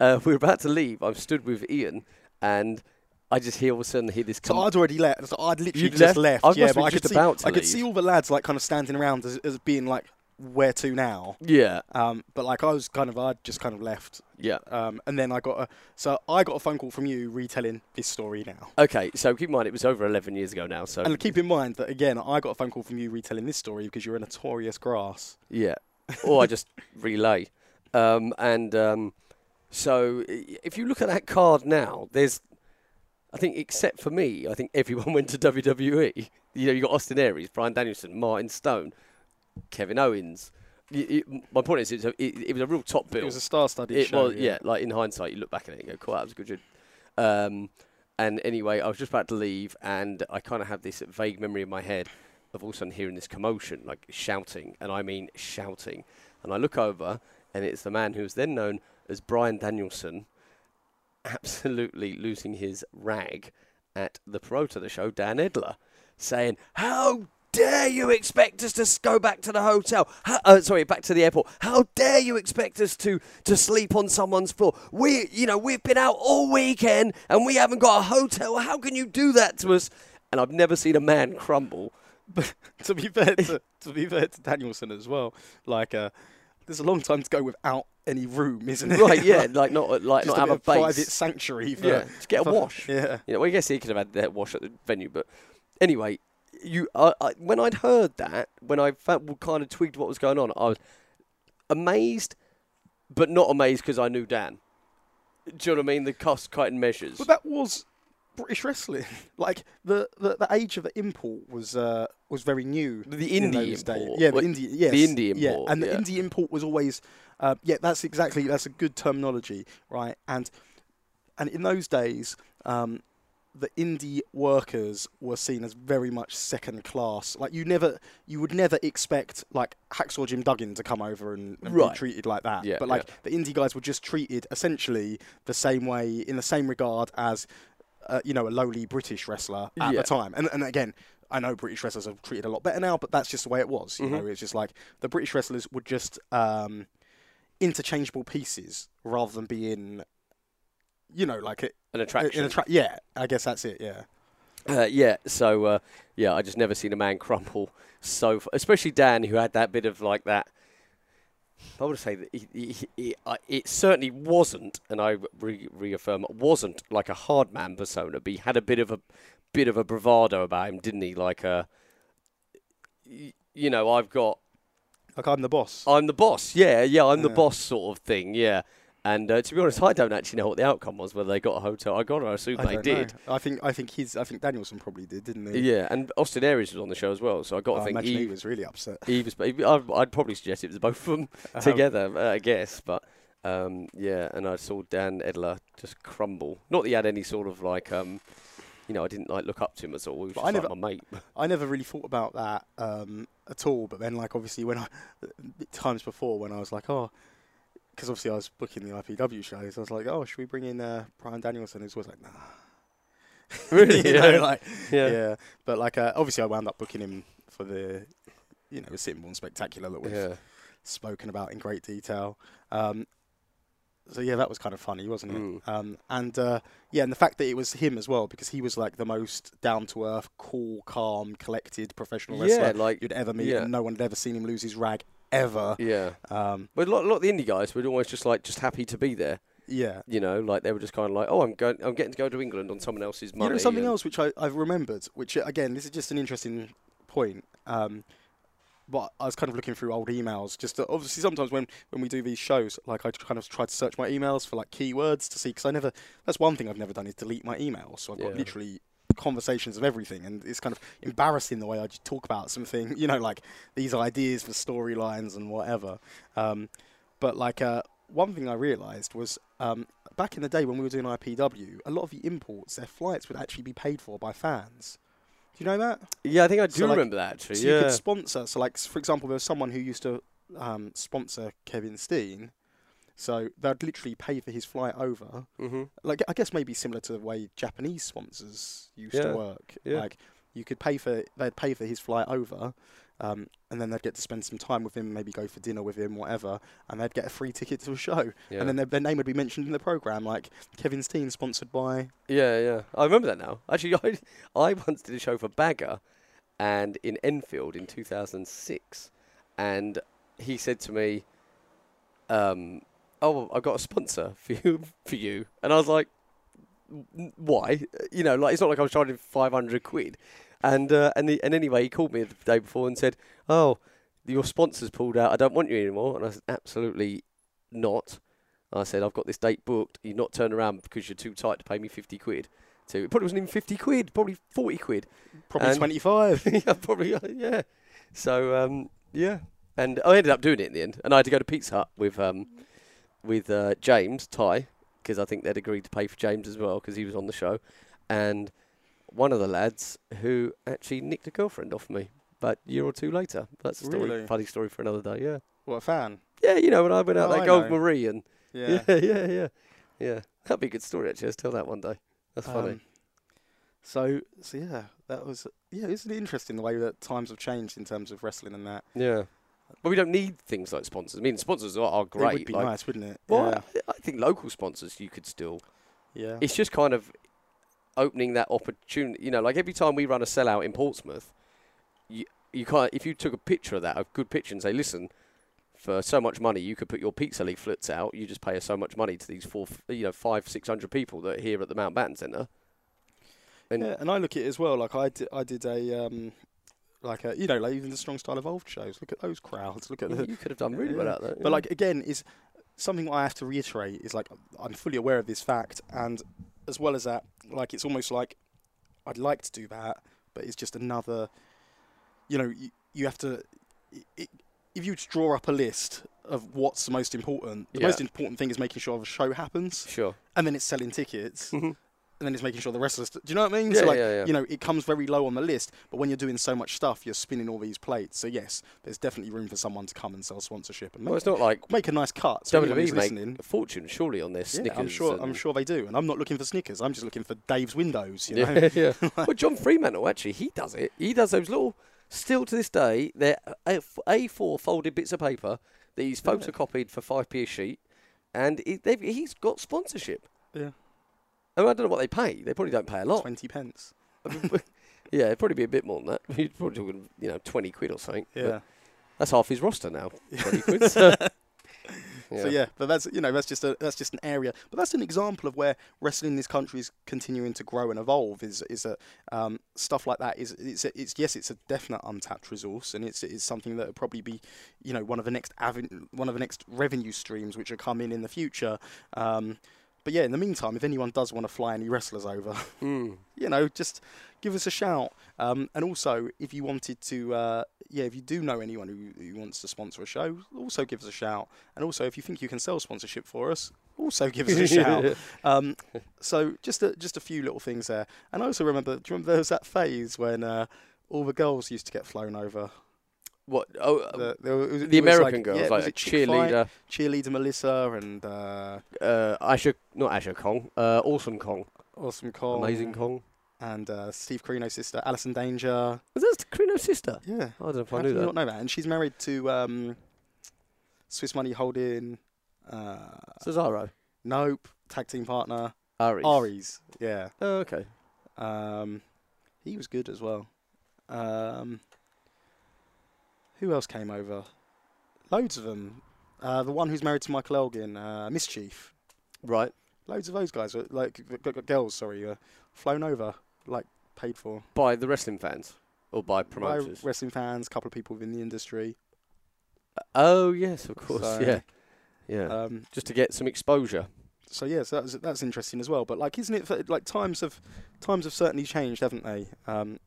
S5: uh, we were about to leave. I stood with Ian, and I just hear all of a sudden hear this.
S4: So
S5: com-
S4: I'd already left. So I'd literally
S5: You'd left?
S4: just left.
S5: I must
S4: yeah,
S5: have
S4: but I
S5: been
S4: could
S5: just
S4: see.
S5: about to
S4: I could
S5: leave.
S4: see all the lads like kind of standing around as, as being like, "Where to now?"
S5: yeah,
S4: Um, but like I was kind of, I'd just kind of left.
S5: yeah.
S4: Um, and then I got a, so I got a phone call from you retelling this story now.
S5: Okay, so keep in mind it was over eleven years ago now. So
S4: And keep in mind that again, I got a phone call from you retelling this story because you're a notorious grass.
S5: Yeah. Or I just relay. Um, and um, so i- if you look at that card now, there's, I think, except for me, I think everyone went to WWE. You know, you got Austin Aries, Brian Danielson, Martin Stone, Kevin Owens. Y y my point is, it's a, it, it was a real top bill.
S4: It was a star-studded
S5: It
S4: show.
S5: was, yeah. Like in hindsight, you look back at it and go, "Cool, that was a good." Job. Um, and anyway, I was just about to leave, and I kind of have this vague memory in my head of all of a sudden hearing this commotion, like shouting, and I mean shouting. And I look over, and it's the man who was then known as Brian Danielson, absolutely losing his rag at the promoter of the show, Dan Edler, saying, How dare you expect us to s- go back to the hotel? How, uh, sorry, back to the airport. How dare you expect us to, to sleep on someone's floor? We, you know, we've been out all weekend and we haven't got a hotel. How can you do that to us? And I've never seen a man crumble.
S4: to be fair to, to be fair to Danielson as well, like uh, there's a long time to go without any room, isn't it?
S5: Right, yeah, like not like
S4: Just
S5: not have
S4: a bit
S5: a
S4: of
S5: base.
S4: private sanctuary. For,
S5: yeah, to get a
S4: for-
S5: wash.
S4: Yeah,
S5: You know, well, I guess he could have had that wash at the venue, but anyway, you, I, I, when I'd heard that, when I fa- kind of twigged what was going on, I was amazed, but not amazed because I knew Dan. Do you know what I mean? The cost cutting measures.
S4: but that was British wrestling. like the, the the age of the import was uh, was very new.
S5: The
S4: in
S5: indie
S4: those days.
S5: import.
S4: Yeah, the
S5: Like,
S4: indie. Yes,
S5: the indie
S4: yeah,
S5: import,
S4: and the
S5: yeah.
S4: indie import was always. Uh, yeah, that's exactly that's a good terminology, right? And and in those days, um, the indie workers were seen as very much second class. Like you never, you would never expect like Hacksaw Jim Duggan to come over and, and
S5: Right.
S4: be treated like that.
S5: Yeah,
S4: but like
S5: yeah.
S4: the indie guys were just treated essentially the same way, in the same regard as, uh, you know, a lowly British wrestler at
S5: Yeah.
S4: the time. And and again. I know British wrestlers are treated a lot better now, but that's just the way it was.
S5: Mm-hmm.
S4: You know, it's just like the British wrestlers were just um, interchangeable pieces rather than being, you know, like a,
S5: an attraction.
S4: in a tra- yeah, I guess that's it. Yeah,
S5: Uh, yeah, so uh, yeah, I just never seen a man crumple so, f- especially Dan, who had that bit of like that. I would say that he, he, he, I, it certainly wasn't, and I re- reaffirm, wasn't like a hard man persona. But he had a bit of a bit of a bravado about him, didn't he? Like a, y- you know, I've got
S4: like I'm the boss.
S5: I'm the boss. Yeah, yeah, I'm the
S4: Yeah.
S5: boss sort of thing. Yeah. And uh, to be honest, I don't actually know what the outcome was, whether they got a hotel. I got to assume
S4: I
S5: they
S4: don't
S5: did.
S4: know. I think I think his I think Danielson probably did, didn't he?
S5: Yeah, and Austin Aries was on the show as well, so I got
S4: I,
S5: to think
S4: Oh, imagine he,
S5: he,
S4: was really upset.
S5: he was. he- I'd, I'd probably suggest it was both of them
S4: Oh.
S5: together, uh, I guess. But um, yeah, and I saw Dan Edler just crumble. Not that he had any sort of like, um, you know, I didn't like look up to him at all. He was
S4: But
S5: just
S4: I
S5: like
S4: never-
S5: my mate.
S4: I never really thought about that um, at all. But then, like obviously, when I times before when I was like, oh, because obviously I was booking the IPW shows, I was like, oh, should we bring in uh, Brian Danielson? Who's always like, nah.
S5: Really?
S4: you know,
S5: Yeah.
S4: like yeah.
S5: Yeah.
S4: But like uh, obviously, I wound up booking him for the you know the Sittingbourne Spectacular that we've
S5: yeah,
S4: spoken about in great detail. Um, so yeah, that was kind of funny, wasn't it?
S5: Mm.
S4: Um, and uh, yeah, and the fact that it was him as well, because he was like the most down to earth, cool, calm, collected professional
S5: yeah,
S4: wrestler
S5: like
S4: you'd ever meet,
S5: yeah.
S4: and no one had ever seen him lose his rag ever.
S5: yeah.
S4: Um,
S5: But a lot, a lot of the indie guys were always just like just happy to be there.
S4: yeah.
S5: You know, like they were just kind of like, oh, I'm going, I'm getting to go to England on someone else's money.
S4: You know something
S5: and-
S4: else which I, I've remembered, which uh, again, this is just an interesting point. Um, but I was kind of looking through old emails, just to, obviously sometimes when, when we do these shows, like I kind of try to search my emails for like keywords to see because I never. That's one thing I've never done is delete my emails. So I've got
S5: Yeah.
S4: literally conversations of everything, and it's kind of embarrassing the way I just talk about something. You know, like these ideas for storylines and whatever. Um, but like uh, one thing I realised was um, back in the day when we were doing IPW, a lot of the imports, their flights would actually be paid for by fans. Do you know that?
S5: Yeah, I think I do
S4: So, like,
S5: remember that actually.
S4: So
S5: yeah.
S4: you could sponsor. So, like, s- for example, there was someone who used to um, sponsor Kevin Steen. So they'd literally pay for his flight over.
S5: mm-hmm.
S4: Like, I guess maybe similar to the way Japanese sponsors used
S5: Yeah,
S4: to work.
S5: yeah.
S4: Like, you could pay for they'd pay for his flight over, um, and then they'd get to spend some time with him, maybe go for dinner with him, whatever, and they'd get a free ticket to a show,
S5: Yeah.
S4: and then their, their name would be mentioned in the program, like Kevin Steen sponsored by.
S5: Yeah, yeah. I remember that now. Actually, I, I once did a show for Bagger and in Enfield in 2006. And he said to me, um, Oh, I've got a sponsor for you. For you. And I was like, "N- Why? You know, like, it's not like I was charging 500 quid. And, uh, and, the, and anyway, he called me the day before and said, Oh, your sponsor's pulled out. I don't want you anymore. And I said, Absolutely not. I said, I've got this date booked. You're not turning around because you're too tight to pay me 50 quid. To, it probably wasn't even 50 quid, probably 40 quid.
S4: Probably
S5: And-
S4: 25.
S5: yeah, probably, uh, yeah. So, um, yeah. And I ended up doing it in the end. And I had to go to Pizza Hut with, um, with uh, James, Ty, because I think they'd agreed to pay for James as well because he was on the show. And one of the lads who actually nicked a girlfriend off me, but a year or two later. That's a story,
S4: Really?
S5: funny story for another day, yeah.
S4: what a fan.
S5: Yeah, you know, when I went out
S4: Oh,
S5: that
S4: I
S5: Gold
S4: know.
S5: Marie and
S4: Yeah.
S5: yeah, yeah, yeah, yeah. That'd be a good story actually. Let's tell that one day. That's funny.
S4: Um, so, so yeah, that was yeah. Isn't it interesting the way that times have changed in terms of wrestling and that?
S5: yeah, but we don't need things like sponsors. I mean, sponsors are, are great.
S4: It would be
S5: like,
S4: nice, wouldn't it?
S5: Well, I, I think local sponsors you could still.
S4: yeah, yeah.
S5: It's just kind of opening that opportunity. You know, like every time we run a sellout in Portsmouth, you you can't. If you took a picture of that, a good picture, and say, listen. For so much money, you could put your pizza leaflets out. You just pay us so much money to these four, f- you know, five, six hundred people that are here at the Mountbatten Centre. And
S4: Yeah, and I look at it as well. Like I did, I did a um, like a you know, like even the strong style evolved shows. Look at those crowds. Look at the.
S5: you could have done really well
S4: Yeah.
S5: out there.
S4: But like again, is something I have to reiterate is like I'm fully aware of this fact, and as well as that, like it's almost like I'd like to do that, but it's just another. You know, you, you have to. i- i if you just draw up a list of what's the most important, the
S5: Yeah.
S4: most important thing is making sure the show happens,
S5: Sure.
S4: and then it's selling tickets,
S5: Mhm.
S4: and then it's making sure the wrestlers. Do you know what I mean?
S5: Yeah,
S4: so like,
S5: yeah, yeah.
S4: you know, it comes very low on the list, but when you're doing so much stuff, you're spinning all these plates. So yes, there's definitely room for someone to come and sell sponsorship and make
S5: Well, it's not like
S4: make a nice cut. So anyone
S5: WWE
S4: who's
S5: E make
S4: E listening,
S5: a fortune, surely, on their Snickers.
S4: yeah, I'm sure. I'm
S5: and-
S4: sure they do. And I'm not looking for Snickers. I'm just looking for Dave's Windows. You know.
S5: Yeah, yeah. well, John Fremantle actually, he does it. He does those little, still to this day, they're uh, A- A4 folded bits of paper that he's photocopied for five p a sheet, and it, they've- he's got sponsorship.
S4: Yeah.
S5: I, mean, I don't know what they pay. They probably don't pay a lot.
S4: Twenty pence.
S5: yeah, it'd probably be a bit more than that. You'd probably talking, you know, twenty quid or something. but
S4: Yeah.
S5: that's half his roster now. Twenty quid. so-
S4: So yeah, but that's you know that's just a that's just an area, but that's an example of where wrestling in this country is continuing to grow and evolve. Is is a um, stuff like that is it's a, it's yes, it's a definite untapped resource, and it's it's something that will probably be you know one of the next aven- one of the next revenue streams which are coming in the future. Um, but yeah, in the meantime, if anyone does want to fly any wrestlers over,
S5: Mm.
S4: you know, just give us a shout. Um, and also, if you wanted to, uh, yeah, if you do know anyone who, who wants to sponsor a show, also give us a shout. And also, if you think you can sell sponsorship for us, also give us a shout. Um, so just a, just a few little things there. And I also remember, do you remember there was that phase when uh, all the girls used to get flown over?
S5: What? Oh, uh,
S4: The, there was- it was
S5: the American
S4: like,
S5: girls,
S4: yeah,
S5: like
S4: was
S5: a
S4: it Chick Fight?
S5: cheerleader,
S4: cheerleader Melissa and uh,
S5: uh, Asher, not Asher Kong, uh, Awesome Kong,
S4: Awesome Kong,
S5: Amazing Kong.
S4: and uh, Steve Carino's sister, Alison Danger.
S5: Was that Carino's sister?
S4: Yeah.
S5: I don't know if
S4: How
S5: I
S4: do
S5: knew
S4: you
S5: that.
S4: not know that? And she's married to um, Swiss Money Holding. Uh,
S5: Cesaro.
S4: nope, tag team partner
S5: Aries.
S4: Aries. Yeah,
S5: Oh, okay.
S4: um, he was good as well. Um, who else came over? Loads of them. Uh, the one who's married to Michael Elgin, uh, Mischief.
S5: Right.
S4: Loads of those guys, were, like g- g- g- girls, sorry, were flown over, like paid for
S5: By the wrestling fans or by
S4: by
S5: promoters?
S4: wrestling fans, couple of people within the industry.
S5: oh, yes, of course.
S4: So,
S5: yeah. Yeah.
S4: Um,
S5: Just to get some exposure.
S4: so yes, that's that's interesting as well. But like, isn't it that, like times have times have certainly changed, haven't they? Um,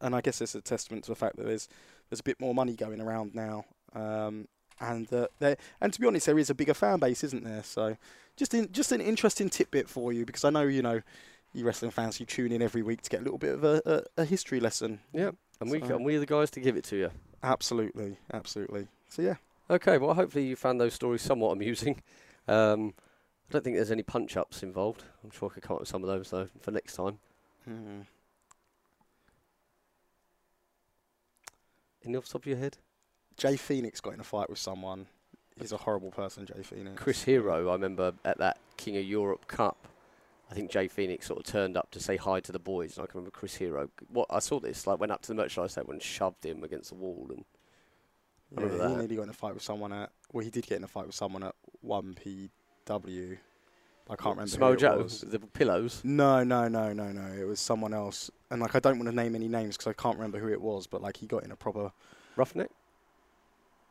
S4: and I guess it's a testament to the fact that there's there's a bit more money going around now, um, and that there and to be honest, there is a bigger fan base, isn't there? So just in, just an interesting tidbit for you because I know you know you wrestling fans you tune in every week to get a little bit of a, a, a history lesson.
S5: Yeah, and we
S4: So-
S5: and we're the guys to give it to you.
S4: Absolutely, absolutely. So yeah,
S5: Okay, well, hopefully you found those stories somewhat amusing. Um, I don't think there's any punch ups involved. I'm sure I could come up with some of those though for next time.
S4: Hmm.
S5: Any off the top of your head?
S4: Jay Phoenix got in a fight with someone. He's a horrible person, Jay Phoenix.
S5: Chris Hero, I remember at that King of Europe Cup, I think Jay Phoenix sort of turned up to say hi to the boys, and I can remember Chris Hero. What I saw this like went up to the merchandise table and shoved him against the wall, and I
S4: Yeah,
S5: remember
S4: he
S5: that.
S4: nearly got in a fight with someone at. Well, he did get in a fight with someone at one PW. I can't remember. who
S5: Samoa
S4: it
S5: Joe,
S4: was.
S5: the pillows.
S4: No, no, no, no, no. It was someone else, and like I don't want to name any names because I can't remember who it was. But like he got in a proper
S5: Roughneck?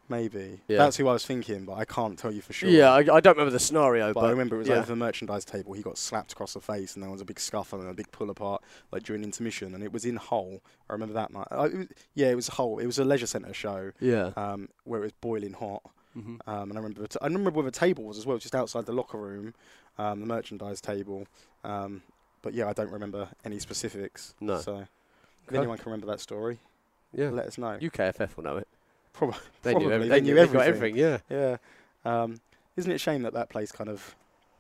S4: maybe.
S5: Yeah.
S4: That's who I was thinking, but I can't tell you for sure.
S5: Yeah, I, I don't remember the scenario,
S4: But,
S5: but,
S4: I remember it was
S5: yeah.
S4: over the merchandise table. He got slapped across the face, and there was a big scuffle and a big pull apart, like during intermission. And it was in Hull. I remember that night. Uh, it was, yeah, it was Hull. It was a leisure centre show
S5: Yeah.
S4: um, where it was boiling hot.
S5: hmm
S4: Um, and I remember, the t- I remember where the table was as well, just outside the locker room, um, the merchandise table. Um, but yeah, I don't remember any specifics.
S5: No.
S4: So if
S5: Okay.
S4: anyone can remember that story,
S5: Yeah.
S4: let us know.
S5: UKFF will know it.
S4: Probably.
S5: They knew,
S4: Probably,
S5: every-
S4: they
S5: they
S4: knew
S5: knew everything.
S4: everything.
S5: everything. Yeah.
S4: Yeah. Um, isn't it a shame that that place kind of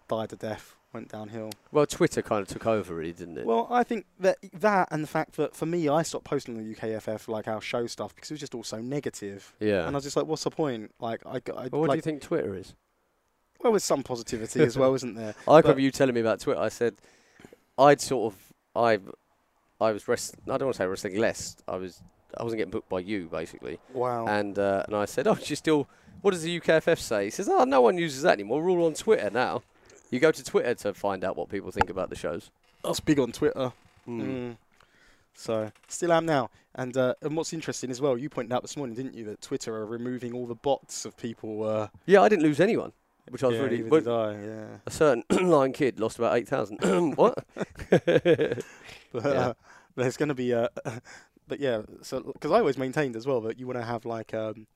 S4: died a death, went downhill?
S5: Well, Twitter kind of took over, really, didn't it?
S4: Well, I think that that and the fact that for me, I stopped posting on the UKFF like our show stuff because it was just all so negative.
S5: yeah.
S4: And I was just like, what's the point? Like, I, g- I
S5: well, what do
S4: like,
S5: you think Twitter is?
S4: well, there's some positivity as well, isn't there?
S5: I remember you telling me about Twitter. I said, I'd sort of, I, I was rest. I don't want to say wrestling less. I was, I wasn't getting booked by you basically.
S4: Wow.
S5: And uh, and I said, oh, she's still. What does the UKFF say? He says, oh, no one uses that anymore. We're all on Twitter now. You go to Twitter to find out what people think about the shows.
S4: That's big on Twitter.
S5: Mm.
S4: Mm. So still am now, and uh, and what's interesting as well, you pointed out this morning, didn't you, that Twitter are removing all the bots of people. Uh,
S5: Yeah, I didn't lose anyone, which I was
S4: yeah,
S5: really.
S4: neither
S5: but
S4: did I, yeah.
S5: a certain lion kid lost about eight thousand. what?
S4: But
S5: Yeah.
S4: uh, there's going to be a, but yeah. So because I always maintained as well that you want to have like um,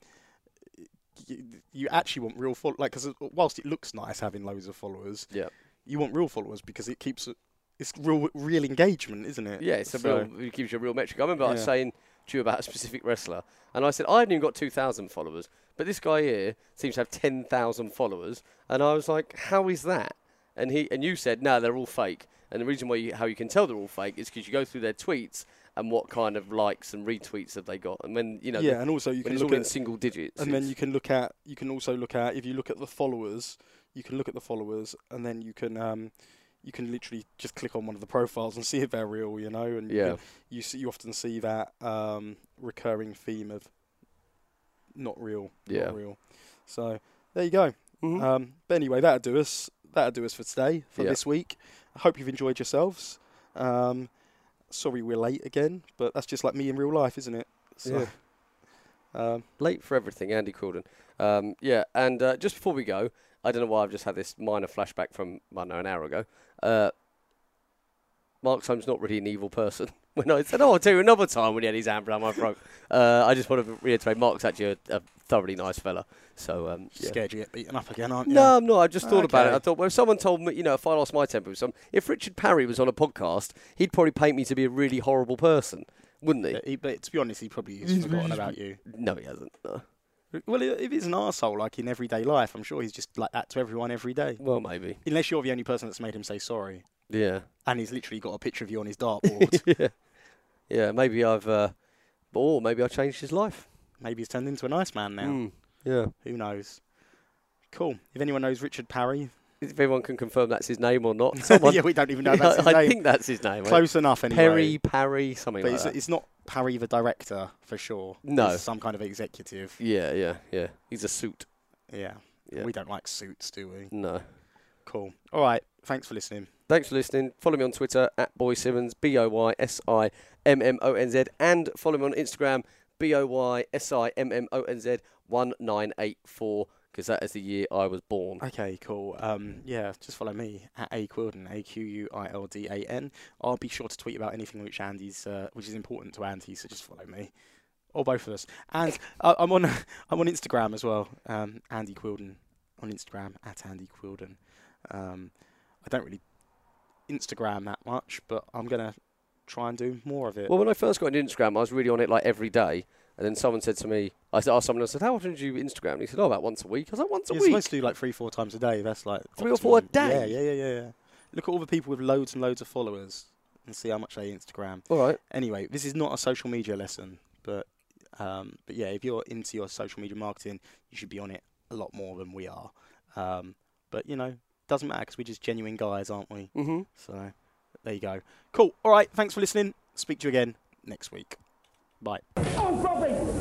S4: you, you actually want real follow like because whilst it looks nice having loads of followers,
S5: Yeah.
S4: you want real followers because it keeps uh, it's real real engagement, isn't it?
S5: Yeah, it's a
S4: So-
S5: real. It gives you a real metric. I remember I was
S4: Yeah.
S5: saying to you about a specific wrestler, and I said I hadn't even got two thousand followers, but this guy here seems to have ten thousand followers, and I was like, how is that? And he and you said, no, they're all fake. And the reason why you, how you can tell they're all fake is because you go through their tweets and what kind of likes and retweets have they got, and then you know,
S4: yeah,
S5: the,
S4: and also you
S5: when
S4: can
S5: it's
S4: look
S5: all in
S4: at
S5: single digits,
S4: and then
S5: it's-
S4: you can look at you can also look at if you look at the followers you can look at the followers and then you can um you can literally just click on one of the profiles and see if they're real you know and you
S5: yeah,
S4: can- you see you often see that um recurring theme of not real
S5: Yeah.
S4: not real so there you go
S5: Mhm.
S4: um but anyway that'll do us that'll do us for today for
S5: Yeah.
S4: this week i hope you've enjoyed yourselves um sorry we're late again but that's just like me in real life isn't it so um
S5: late for everything, Andy Corden. Um, yeah, and uh, just before we go, I don't know why I've just had this minor flashback from I don't know an hour ago. Uh, Mark Holmes not really an evil person. When I said, "Oh, I'll tell you another time when he had his hand around my throat," uh, I just want to reiterate, Mark's actually a, a thoroughly nice fella. So um, yeah.
S4: scared you get beaten up again, aren't you?
S5: No, I'm not. I just thought about it.
S4: Okay.
S5: I thought, well, if someone told me, you know, if I lost my temper with some, if Richard Parry was on a podcast, he'd probably paint me to be a really horrible person, wouldn't he?
S4: But, he, but to be honest, he probably has forgotten about you.
S5: No, he hasn't. No.
S4: Well, i- if he's an arsehole, like in everyday life, I'm sure he's just like that to everyone every day.
S5: Well, maybe.
S4: Unless you're the only person that's made him say sorry.
S5: Yeah.
S4: And he's literally got a picture of you on his dartboard.
S5: yeah. Yeah, maybe I've, uh, or maybe I changed his life.
S4: Maybe he's turned into a nice man now.
S5: Mm, yeah.
S4: Who knows? Cool. If anyone knows Richard Parry,
S5: If everyone can confirm that's his name or not. Someone,
S4: yeah, we don't even know that's his
S5: I
S4: name.
S5: think that's his name. eh?
S4: Close enough, anyway.
S5: Perry, Parry, something
S4: but
S5: like
S4: it's,
S5: that.
S4: it's not Parry the director for sure.
S5: No.
S4: He's some kind of executive.
S5: Yeah, yeah, yeah. He's a suit.
S4: Yeah.
S5: Yeah. Mm.
S4: We don't like suits, do we?
S5: No.
S4: Cool. All right. Thanks for listening.
S5: Thanks for listening. Follow me on Twitter at Boy Simmons, B O Y S I M M O N Z, and follow me on Instagram, B O Y S I M M O N Z 1984, because that is the year I was born.
S4: Okay, cool. Um, yeah, just follow me at A Quilden, A Q U I L D A N. I'll be sure to tweet about anything which Andy's, uh, which is important to Andy, so just follow me. or both of us. And I, I'm on I'm on Instagram as well. Um, Andy Quilden on Instagram at Andy Quilden. Um, I don't really Instagram that much, but I'm gonna try and do more of it.
S5: Well, when I first got into Instagram, I was really on it like every day. And then someone said to me, I s- asked someone, I said, how often do you Instagram? And he said, oh, about once a week. I was like, once a
S4: You're
S5: week?
S4: supposed to do like three, four times a day. That's like
S5: Three or four a
S4: optimum.
S5: day?
S4: Yeah, yeah, yeah, yeah, yeah. Look at all the people with loads and loads of followers and see how much they Instagram.
S5: All right.
S4: Anyway, this is not a social media lesson, but um, but yeah, if you're into your social media marketing, you should be on it a lot more than we are. Um, but you know, doesn't matter because we're just genuine guys, aren't we?
S5: Mm-hmm.
S4: So there you go.
S1: Oh,
S4: Cool. All right. Thanks for listening. Speak to you again next week. Bye.
S1: On, Bobby!